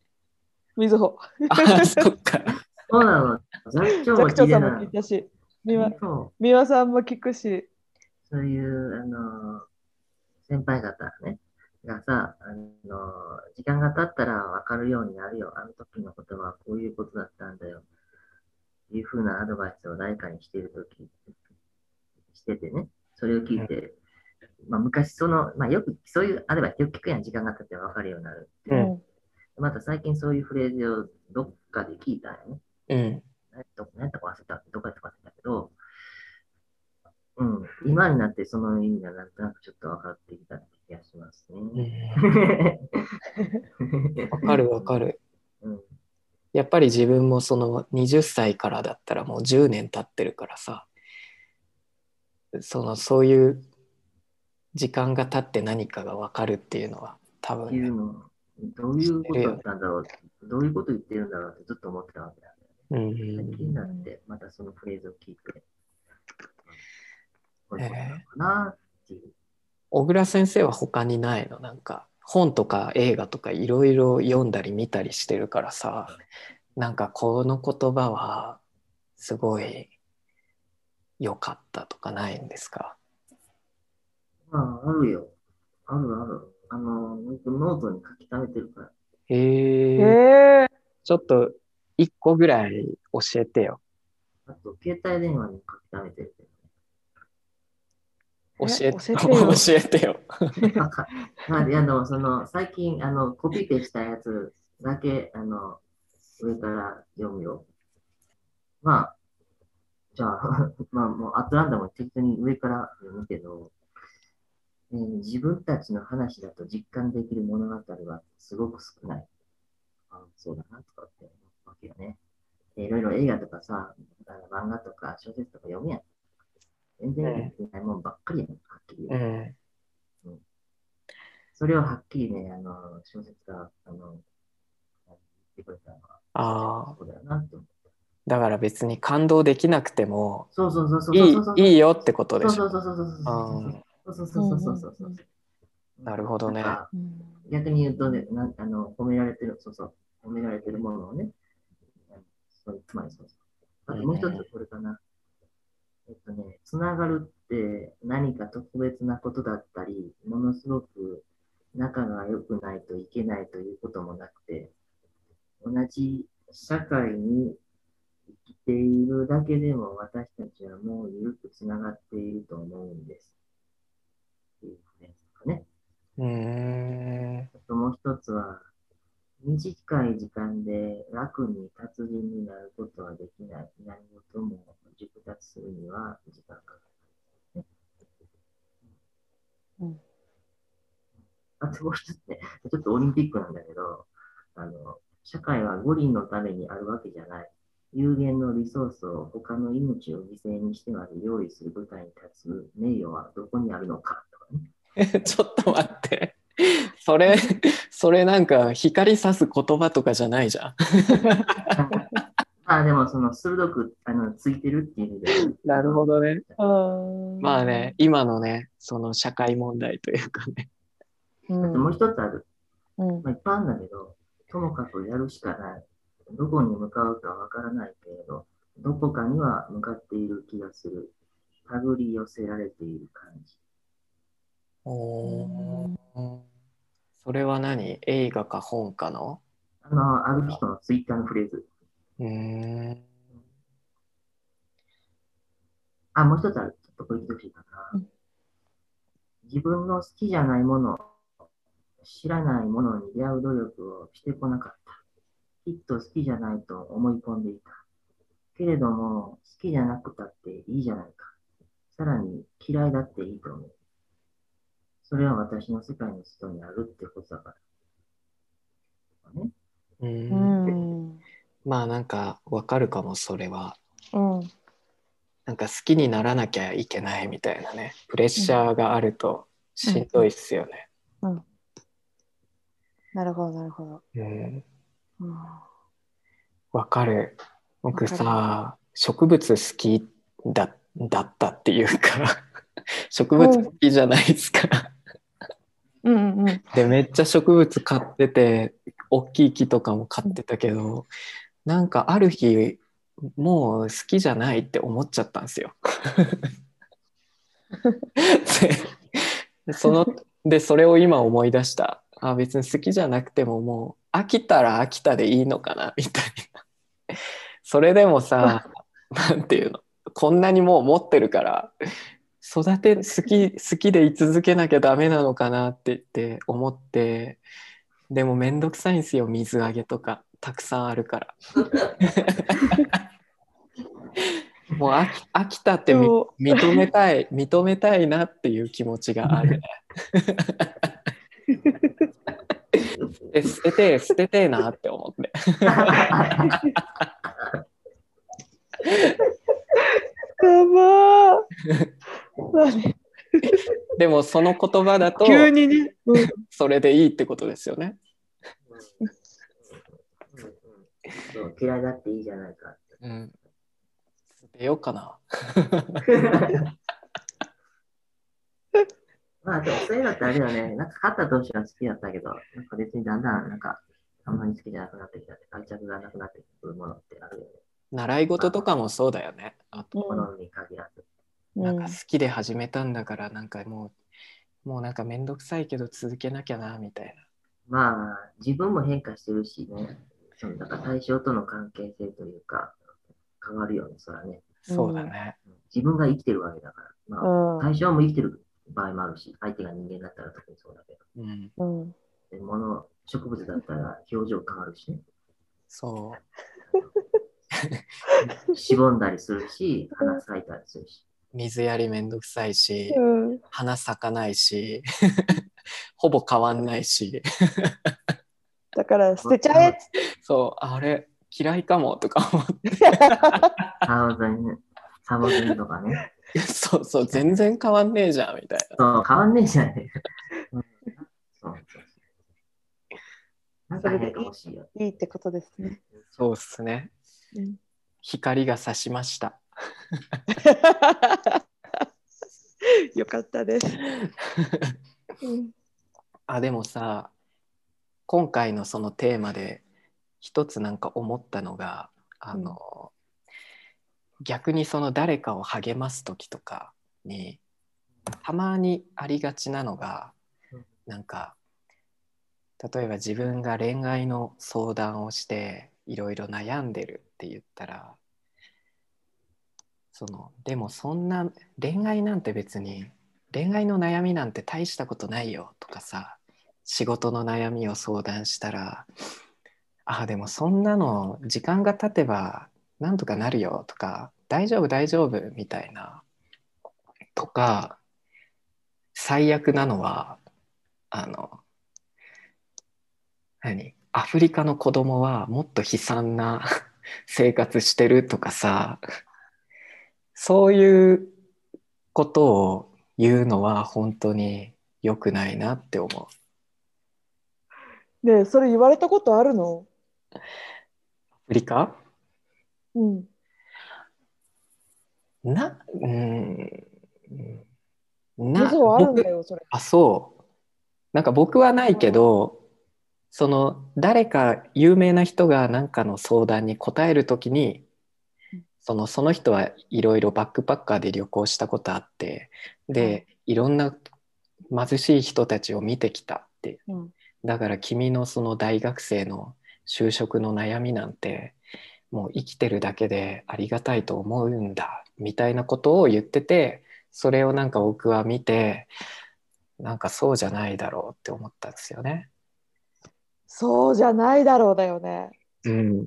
Speaker 1: うみずほ
Speaker 2: あ、そっか。
Speaker 3: そうなの。寂聴
Speaker 1: 寂
Speaker 3: も聞い
Speaker 1: 聴
Speaker 3: て
Speaker 1: さんも
Speaker 3: な
Speaker 1: 聞い
Speaker 3: い。
Speaker 1: たし美輪
Speaker 3: そう。
Speaker 1: 美輪さんも聞くし。
Speaker 3: そういう、あの、先輩方ね、がさ、あの、時間が経ったら分かるようになるよ。あの時のことはこういうことだったんだよ。いうふうなアドバイスを誰かにしてるとき、しててね、それを聞いて、まあ昔その、まあよくそういうアドバイスよく聞くやん、時間が経って分かるようになる。
Speaker 2: う。
Speaker 1: うんん
Speaker 3: また最近そういうフレーズをどっかで聞いたんよね。
Speaker 2: うん。
Speaker 3: 何とか何とか忘れた、どこやったか忘れたけど、うん、今になってその意味がなんとなくちょっと分かってきた気がします
Speaker 2: う
Speaker 3: ね。
Speaker 2: んわかるわか
Speaker 3: る。
Speaker 2: る。
Speaker 3: うん、
Speaker 2: やっぱり自分もその20歳からだったらもう10年経ってるからさ。そのそういう時間が経って何かがわかるっていうのは多
Speaker 3: っていう
Speaker 2: 分、ね、
Speaker 3: の、どういうことだったんだろう、どういうこと言ってるんだろうってずっと思ってたわけだ。
Speaker 2: うんう
Speaker 3: 最
Speaker 2: ん。
Speaker 3: 近になって、またそのフレーズを聞いて、こういうことなのかなっていう。
Speaker 2: 小倉先生は他にないのなんか本とか映画とかいろいろ読んだり見たりしてるからさなんかこの言葉はすごい良かったとかないんですか
Speaker 3: まあ、あるよ。あるある。あの、ノートに書き溜めてるから。
Speaker 2: へ
Speaker 1: え
Speaker 2: え
Speaker 1: ー、
Speaker 2: ちょっと一個ぐらい教えてよ
Speaker 3: あと、携帯電話にも書き溜めてるけどね。
Speaker 2: 教えて
Speaker 1: 教えてよ
Speaker 2: 教えて よ
Speaker 3: あかまあ、であのその最近あのコピペしたやつだけあの上から読むよ。まあ、じゃあ、 まあ、もうアトランダも適当に上から読むけど、えー自分たちの話だと実感できる物語はすごく少ない。あそうだなとかって思うわけよね。でいろいろ映画とかさ、あの漫画とか小説とか読むやん。全然読めてないもんばっかりやん、はっきり言う
Speaker 2: うん
Speaker 3: とそれをはっきりね、あの、小説が、あの、言ってくれたのは、
Speaker 2: ああ
Speaker 3: そうだよなと思って。
Speaker 2: だから別に感動できなくても
Speaker 3: そうそうそうそう
Speaker 2: い
Speaker 3: そうそう。
Speaker 2: いいいよってことでし
Speaker 3: そう
Speaker 2: ょ
Speaker 3: そうそうそう
Speaker 2: あ
Speaker 3: そうそうそうそうそうそうそうそうそう
Speaker 2: ーなるほどね
Speaker 3: なんか
Speaker 1: うん
Speaker 3: 逆に言うとね、なんあの褒められてる、そうそう、褒められてるものをね、そうつまりそうそう。あともう一つこれかな。ええっとね、つながるって何か特別なことだったり、ものすごく仲が良くないといけないということもなくて、同じ社会に生きているだけでも私たちはもう緩くつながっていると思うんです。っていうねね。
Speaker 2: うーん。
Speaker 3: あともう一つは、短い時間で楽に達人になることはできない。何事も熟達するには時間がかかる、ね
Speaker 1: うん
Speaker 3: あともう一つね、ちょっとオリンピックなんだけど、あの、社会は五輪のためにあるわけじゃない。有限のリソースを他の命を犠牲にしてまで用意する舞台に立つ名誉はどこにあるのかとか ね。
Speaker 2: ちょっと待って。それ、それなんか光さす言葉とかじゃないじゃん。
Speaker 3: あでも、その、鋭く、あの、ついてるっていう意味で。
Speaker 2: なるほどね。
Speaker 1: うん
Speaker 2: まあね、今のね、その社会問題というかね。
Speaker 1: う
Speaker 3: で
Speaker 1: ん
Speaker 3: もう一つある。
Speaker 1: うん
Speaker 3: まあ、いっぱいあるんだけど、ともかくやるしかない。どこに向かうかわからないけれど、どこかには向かっている気がする。手繰り寄せられている感じ。
Speaker 2: おーそれは何映画か本かの
Speaker 3: あの、ある人のツイッターのフレーズ。
Speaker 2: うーん。
Speaker 3: あ、もう一つある。ちょっとこれ聞いてほしいか
Speaker 1: う
Speaker 3: な。
Speaker 1: ん
Speaker 3: 自分の好きじゃないもの、知らないものに出会う努力をしてこなかった。きっと好きじゃないと思い込んでいた。けれども、好きじゃなくたっていいじゃないか。さらに嫌いだっていいと思う。それは私の世界の外にあるってことだから。 ね、
Speaker 2: うー
Speaker 1: うんん
Speaker 2: まあなんかわかるかも、それは。
Speaker 1: うん
Speaker 2: なんか好きにならなきゃいけないみたいなね。プレッシャーがあるとしんどいっすよね。
Speaker 1: なるほどなるほど、
Speaker 2: うん
Speaker 1: うん、
Speaker 2: わかる。僕
Speaker 1: わ
Speaker 2: さ、植物好きだだったっていうか、 植物好きじゃないですか。
Speaker 1: うんうんうん
Speaker 2: で、めっちゃ植物買ってて、大きい木とかも買ってたけど、なんかある日、もう好きじゃないって思っちゃったんですよ。でそので、それを今思い出した。あ別に好きじゃなくてももう飽きたら飽きたでいいのかなみたいな。それでもさ、なんていうの、こんなにもう持ってるから、育て、好き、好きで居続けなきゃダメなのかなってって思って、でもめんどくさいんですよ、水揚げとか、たくさんあるから。もう飽き飽きたってみ
Speaker 1: そ
Speaker 2: 認めたい、 認めたいなっていう気持ちがあるね。え捨ててえ、捨ててえなって思って。
Speaker 1: やばーまあね
Speaker 2: でもその言葉だ と、
Speaker 1: 急にね、うん
Speaker 2: それでいいってことですよね。
Speaker 3: うんうんそう嫌いだっていいじゃないかって。
Speaker 2: うん。捨てようかな。
Speaker 3: まあでもそういうのってあれだよね、なんか勝った投手は好きだったけど、なんか別にだんだんなんかあんまり好きじゃなくなってきたって、愛着がなくなってくるものってあるよね。
Speaker 2: 習い事とかもそうだよね。あと、
Speaker 3: ものに限らず。
Speaker 2: なん
Speaker 1: う
Speaker 2: か
Speaker 1: ん
Speaker 2: 好きで始めたんだから、なんかもう、もうなんかめんどくさいけど続けなきゃな、みたい
Speaker 3: まあ自分も変化してるしね、そうだから対象との関係性というか、変わるよね、そらね。
Speaker 2: な。そうだね。
Speaker 3: 自分が生きてるわけだから。まあ
Speaker 1: うん
Speaker 3: 対象も生きてる場合もあるし、相手が人間だったら特にそうだけど。
Speaker 2: うん。
Speaker 1: うん
Speaker 3: で物、植物だったら表情変わるしね。
Speaker 2: そ
Speaker 3: しぼんだりするし、花咲いたりするし。
Speaker 2: う。水やりめんどくさいし、
Speaker 1: うん
Speaker 2: 花咲かないし、ほぼ変わんないし、
Speaker 1: だから捨てち ゃえっつって
Speaker 2: そう、あれ、嫌いかもとか思って、
Speaker 3: サボテン、サボテンとかね。
Speaker 2: そうそう、全然変わんねえじゃん、みたいな。
Speaker 3: そう、変わんねえじゃないか。うんそうそうなんか変化欲しいよ。
Speaker 1: いいってことですね。
Speaker 2: そうっすね。
Speaker 1: うん
Speaker 2: 光が差しました。
Speaker 1: よかったです。うん
Speaker 2: あでもさ今回のそのテーマで一つなんか思ったのがあの、逆にその誰かを励ます時とかにたまにありがちなのが
Speaker 3: うん
Speaker 2: なんか例えば自分が恋愛の相談をしていろいろ悩んでるって言ったらそのでもそんな恋愛なんて別に恋愛の悩みなんて大したことないよとかさ仕事の悩みを相談したらあでもそんなの時間が経てばなんとかなるよとか大丈夫大丈夫みたいなとか最悪なのはあの何アフリカの子供はもっと悲惨な 生活してるとかさそういうことを言うのは本当に良くないなって思う。
Speaker 1: ねえそれ言われたことあるの
Speaker 2: アフリカ
Speaker 1: うん。
Speaker 2: な、うーん。な、
Speaker 1: 嘘はあるん
Speaker 2: 僕
Speaker 1: だよ、それ。
Speaker 2: あ、そう。なんか僕はないけど、その誰か有名な人が何かの相談に答えるときに
Speaker 1: うん、
Speaker 2: そのその人はいろいろバックパッカーで旅行したことあって、で、いろんな貧しい人たちを見てきたって
Speaker 1: うん。
Speaker 2: だから君のその大学生の就職の悩みなんてもう生きてるだけでありがたいと思うんだみたいなことを言っててそれをなんか僕は見てなんかそうじゃないだろうって思ったんですよね。
Speaker 1: そうじゃないだろうだよね。
Speaker 2: うん、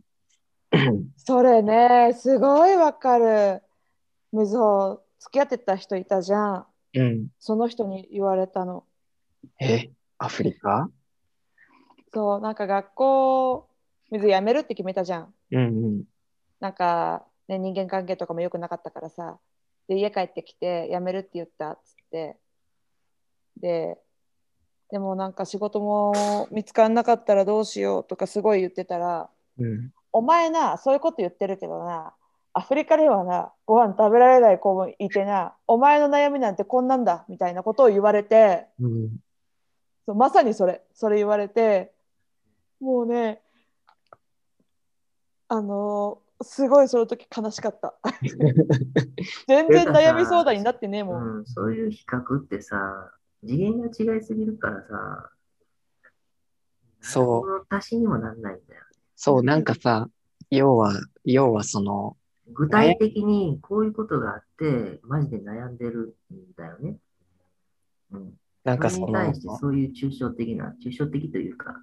Speaker 1: それね、すごいわかる。みずほ、付き合ってた人いたじゃん。
Speaker 2: うん、
Speaker 1: その人に言われたの。
Speaker 2: えアフリカ
Speaker 1: そう、なんか学校、みず辞めるって決めたじゃん。
Speaker 2: うん
Speaker 1: なんか、ね、人間関係とかも良くなかったからさ。で、家帰ってきて、辞めるって言ったっつって。で、でもなんか仕事も見つからなかったらどうしようとかすごい言ってたら、
Speaker 2: うんうん
Speaker 1: お前な、そういうこと言ってるけどな、アフリカではな、ご飯食べられない子もいてな、お前の悩みなんてこんなんだみたいなことを言われて、
Speaker 2: うん
Speaker 1: そうまさにそれ、それ言われて、もうね、あのーすごいその時悲しかった。 全然悩み相談になってねえもん。
Speaker 3: うん、そういう比較ってさ、次元が違いすぎるからさ、
Speaker 2: そう
Speaker 3: う。足しにもなんないんだよ。
Speaker 2: そうなんかさ要は要はその
Speaker 3: 具体的にこういうことがあって、マジで悩んでるんだよね。うん。
Speaker 2: なんか
Speaker 3: そ
Speaker 2: そ
Speaker 3: れに対
Speaker 2: の
Speaker 3: してそういう抽象的な、抽象的というか、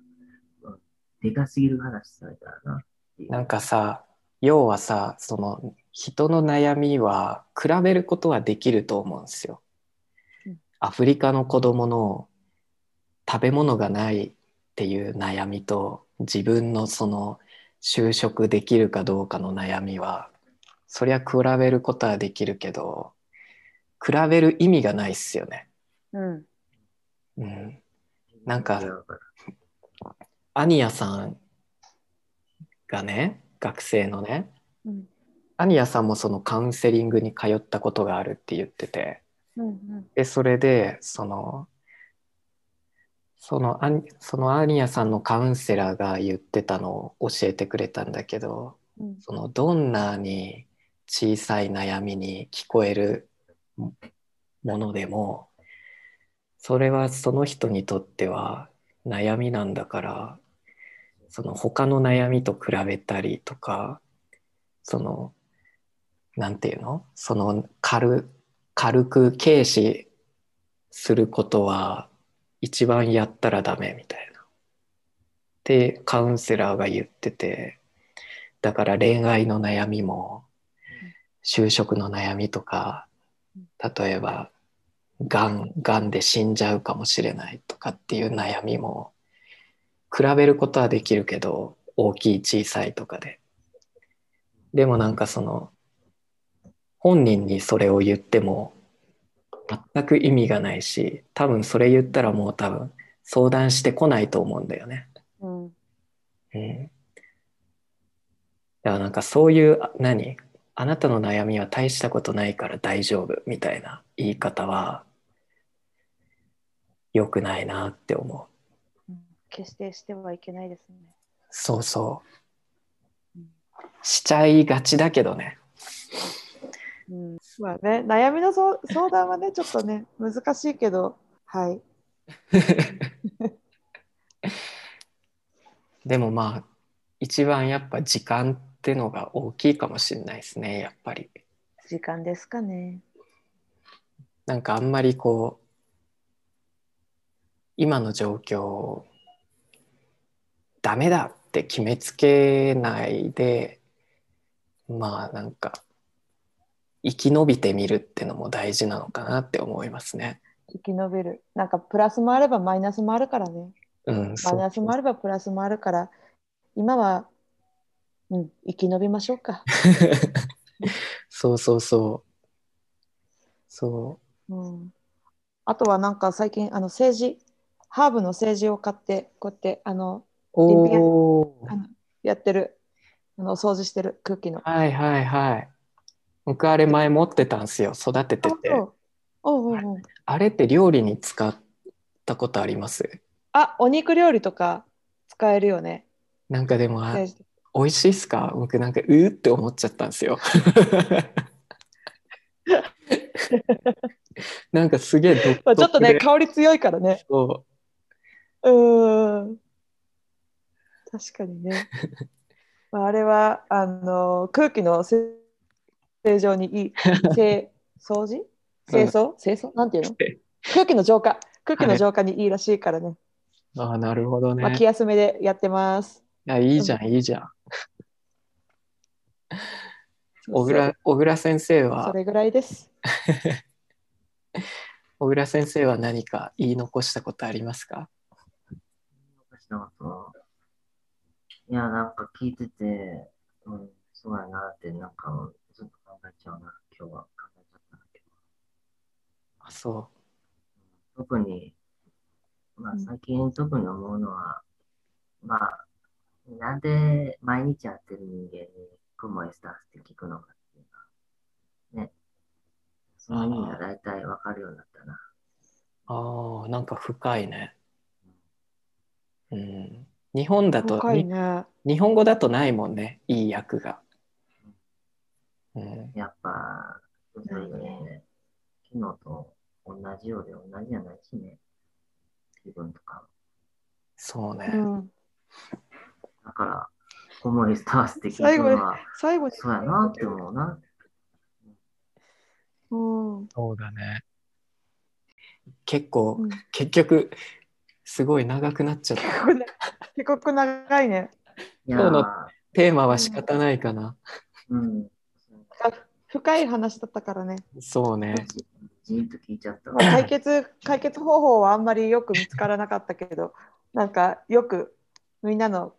Speaker 3: うん、でかすぎる話されたらなっていう。
Speaker 2: なんかさ要はさその人の悩みは比べることはできると思うんですよ
Speaker 1: うん。
Speaker 2: アフリカの子供の食べ物がないっていう悩みと自分のその就職できるかどうかの悩みはそりゃ比べることはできるけど比べる意味がないっすよね。
Speaker 1: うん、
Speaker 2: うん、なんか
Speaker 3: いやわる
Speaker 2: アニヤさんがね学生のね
Speaker 1: うん、
Speaker 2: アニヤさんもそのカウンセリングに通ったことがあるって言ってて
Speaker 1: うん、
Speaker 2: でそれでそのそのアニそのアニヤさんのカウンセラーが言ってたのを教えてくれたんだけど
Speaker 1: うん、
Speaker 2: そのどんなに小さい悩みに聞こえるもものでもそれはその人にとっては悩みなんだからその他の悩みと比べたりとかそのなんていうのその軽軽く軽視することは一番やったらダメみたいな。ってカウンセラーが言ってて。だから恋愛の悩みも就職の悩みとか例えばがんがんで死んじゃうかもしれないとかっていう悩みも比べることはできるけど大きい小さいとかででもなんかその本人にそれを言っても全く意味がないし多分それ言ったらもう多分相談してこないと思うんだよね。
Speaker 1: うん、
Speaker 2: うんだからなんかそういうあ何あなたの悩みは大したことないから大丈夫みたいな言い方は良くないなって思う
Speaker 1: 決してしてはいけないですね。
Speaker 2: そうそう
Speaker 1: うん
Speaker 2: しちゃいがちだけどね
Speaker 1: うん、まあね、悩みのそう相談はね、ちょっとね、難しいけど、はい。
Speaker 2: でもまあ一番やっぱ時間ってのが大きいかもしれないですねやっぱり。
Speaker 1: 時間ですかね。
Speaker 2: なんかあんまりこう今の状況をダメだって決めつけないでまあなんか生き延びてみるってのも大事なのかなって思いますね。
Speaker 1: 生き延びる。なんかプラスもあればマイナスもあるからね。
Speaker 2: うん、
Speaker 1: マ
Speaker 2: そ
Speaker 1: イ
Speaker 2: う
Speaker 1: ナスもあればプラスもあるから、今は、うん、生き延びましょう か。
Speaker 2: そうそうそう。そ
Speaker 1: うん、あとはなんか最近、あの、政治、ハーブの政治を買って、こうやって、あの、
Speaker 2: う。おお
Speaker 1: あ。のやってる、あの、掃除してる空気の。
Speaker 2: はいはいはい。僕あれ前持ってたんすよ。育ててて。
Speaker 1: あおうおうおう
Speaker 2: あれって料理に使ったことあります
Speaker 1: あ、お肉料理とか使えるよね。
Speaker 2: なんかでも、あ
Speaker 1: 政治
Speaker 2: 美味しいっすか僕なんか、うーって思っちゃったんですよ。 なんかすげえ独特で、
Speaker 1: まあ、ちょっとね、香り強いからね。
Speaker 2: そう
Speaker 1: ーん。確かにね。まあ、あれは、あの空気のせ正常にいい。 清掃除清掃清掃なんていうの 空気の浄化。空気の浄化にいいらしいからね。
Speaker 2: う。ああ、なるほどね。
Speaker 1: まあ、気休めでやってます。
Speaker 2: いや、いいじゃん、いいじゃん。小倉小倉先生
Speaker 1: そ
Speaker 2: は、
Speaker 1: れぐらいです。
Speaker 2: 小倉先生は何か言い残したことありますか
Speaker 3: したこといや、なんか聞いてて、うん、そうやなって、なんか、ずっと考えちゃうな、今日は。考えちゃったな、今日は。
Speaker 2: あそう。
Speaker 3: 特に、ま
Speaker 1: う
Speaker 3: あ、
Speaker 1: ん
Speaker 3: 最近特に思うのは、まあ、なんで毎日会ってる人間に雲エスタンスって聞くのかっていうのは、ね。その意味が大体わかるようになったな。
Speaker 2: ああ、なんか深いね。うん。日本だと、
Speaker 1: 深い
Speaker 2: に
Speaker 1: ね。
Speaker 2: 日本語だとないもんね、いい訳が。うん。
Speaker 3: やっぱ、うざいね。昨日と同じようで同じじゃないしね。気分とか。
Speaker 2: そうね
Speaker 1: う。ん、
Speaker 3: だから、雲エスタンスって聞くのは、
Speaker 1: 最後に。
Speaker 3: そうやなって思うな。
Speaker 1: うん
Speaker 2: そうだね。結構、
Speaker 1: うん
Speaker 2: 結局、すごい長くなっちゃった。
Speaker 1: 結構ね結構長いね。
Speaker 3: いや
Speaker 2: 今日の
Speaker 3: ー、
Speaker 2: テーマは仕方ないかな。
Speaker 3: うん。
Speaker 1: 深い話だったからね。
Speaker 2: そうね。
Speaker 3: じじーんと聞いちゃったわ。
Speaker 1: まあ解 決解決方法はあんまりよく見つからなかったけど、なんかよくみんなの、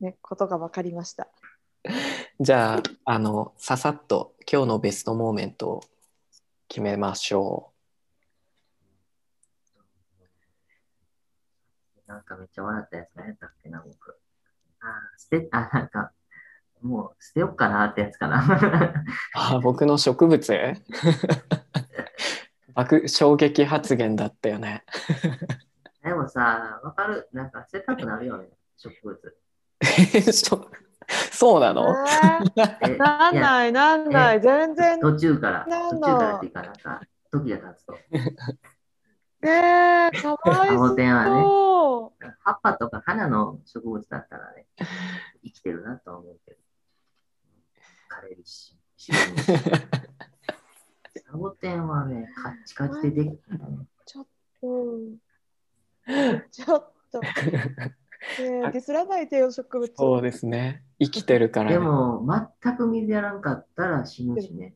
Speaker 1: ね、ことが分かりました。
Speaker 2: じゃあ、あの、ささっと今日のベストモーメントを決めましょ
Speaker 3: なんかめっちゃ笑ったやつ何やったっけな、僕。あー、捨て、あ、なんか、もう捨てよっかなってやつかな。
Speaker 2: う。あー僕の植物 爆衝撃発言だったよね。
Speaker 3: でもさ、わかる。なんか捨てたくなるよね、植物。
Speaker 2: えそそうなの
Speaker 3: え
Speaker 1: なん
Speaker 3: や
Speaker 1: ないなんない全然
Speaker 3: 途中から、
Speaker 1: なん
Speaker 3: 途
Speaker 1: だ
Speaker 3: 中からっていうか、なんか、時が経つと。
Speaker 1: ねえかわい
Speaker 3: 青天はね、
Speaker 1: そう。
Speaker 3: 葉っぱとか花の植物だったら ね、生きてるなとは思うけど。枯れるし、死ぬし。サボテンはね、カッチカチでできたの。
Speaker 1: ちょっ とちょっと、ねえ、ディスらないでよ植物。
Speaker 2: そうですね。生きてるから、ね。
Speaker 3: でも、全く水やらんかったら死ぬしね。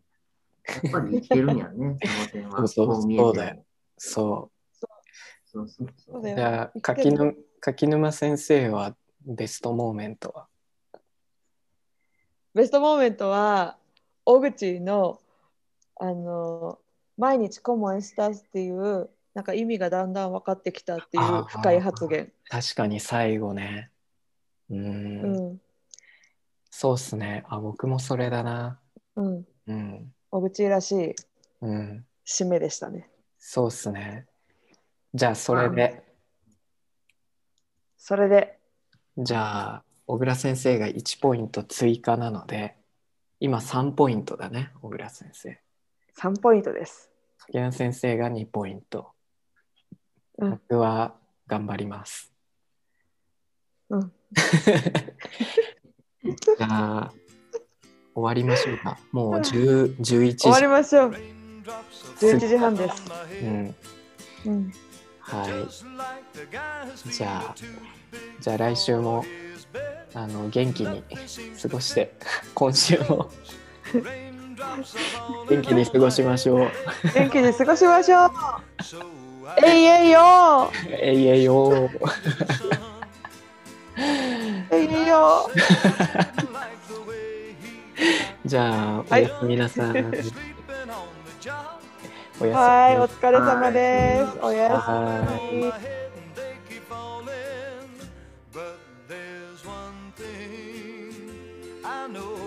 Speaker 3: やっぱり生きてるんや ね、サボテンは。
Speaker 2: そうそう
Speaker 3: こ見えても
Speaker 2: そうだよ。そ
Speaker 3: そうそうそ
Speaker 1: そう
Speaker 3: う
Speaker 1: だ。
Speaker 2: う。
Speaker 1: よ
Speaker 2: じゃあ
Speaker 1: 生きて
Speaker 2: 柿
Speaker 1: る
Speaker 2: ぬ柿沼先生はベストモーメントは。
Speaker 1: ベストモーメントは大口のあの毎日コモンエスタースっていうなんか意味がだんだん分かってきたってい
Speaker 2: あ
Speaker 1: う
Speaker 2: ー
Speaker 1: 深い発言。
Speaker 2: 確かに最後ね。うー。
Speaker 1: うんん
Speaker 2: そうっすね。あ僕もそれだな。
Speaker 1: うん。
Speaker 2: うん。
Speaker 1: 小口らしい
Speaker 2: うん。
Speaker 1: 締めでしたね。
Speaker 2: そうっすね。じゃあそれで、
Speaker 1: それで、
Speaker 2: じゃあ小倉先生が1ポイント追加なので、今3ポイントだね、小倉先生。
Speaker 1: 3ポイントです。
Speaker 2: 竹野先生が2ポイント。
Speaker 1: うん
Speaker 2: 僕は頑張ります。
Speaker 1: うん。
Speaker 2: じゃあ、終わりましょうか。もう10 11時。
Speaker 1: 終わりましょう。
Speaker 4: 11時半です。
Speaker 2: うん。
Speaker 1: うん、
Speaker 2: は
Speaker 4: はい。
Speaker 2: い。
Speaker 4: じ
Speaker 2: じゃ
Speaker 4: ゃあ
Speaker 2: あ、、じゃあ来週も、あの、元気に過ごして、 今週も 元気に過ごしましょう。
Speaker 1: 元気に過ごしましょう。 えいえいよ
Speaker 2: えいえい よー。
Speaker 1: えいえいよ
Speaker 2: じゃあ、お
Speaker 1: はい
Speaker 2: やすみな さい。お やすみ
Speaker 1: はい、お疲れ様です。おやす
Speaker 2: は
Speaker 1: み。
Speaker 4: But there's one thing I know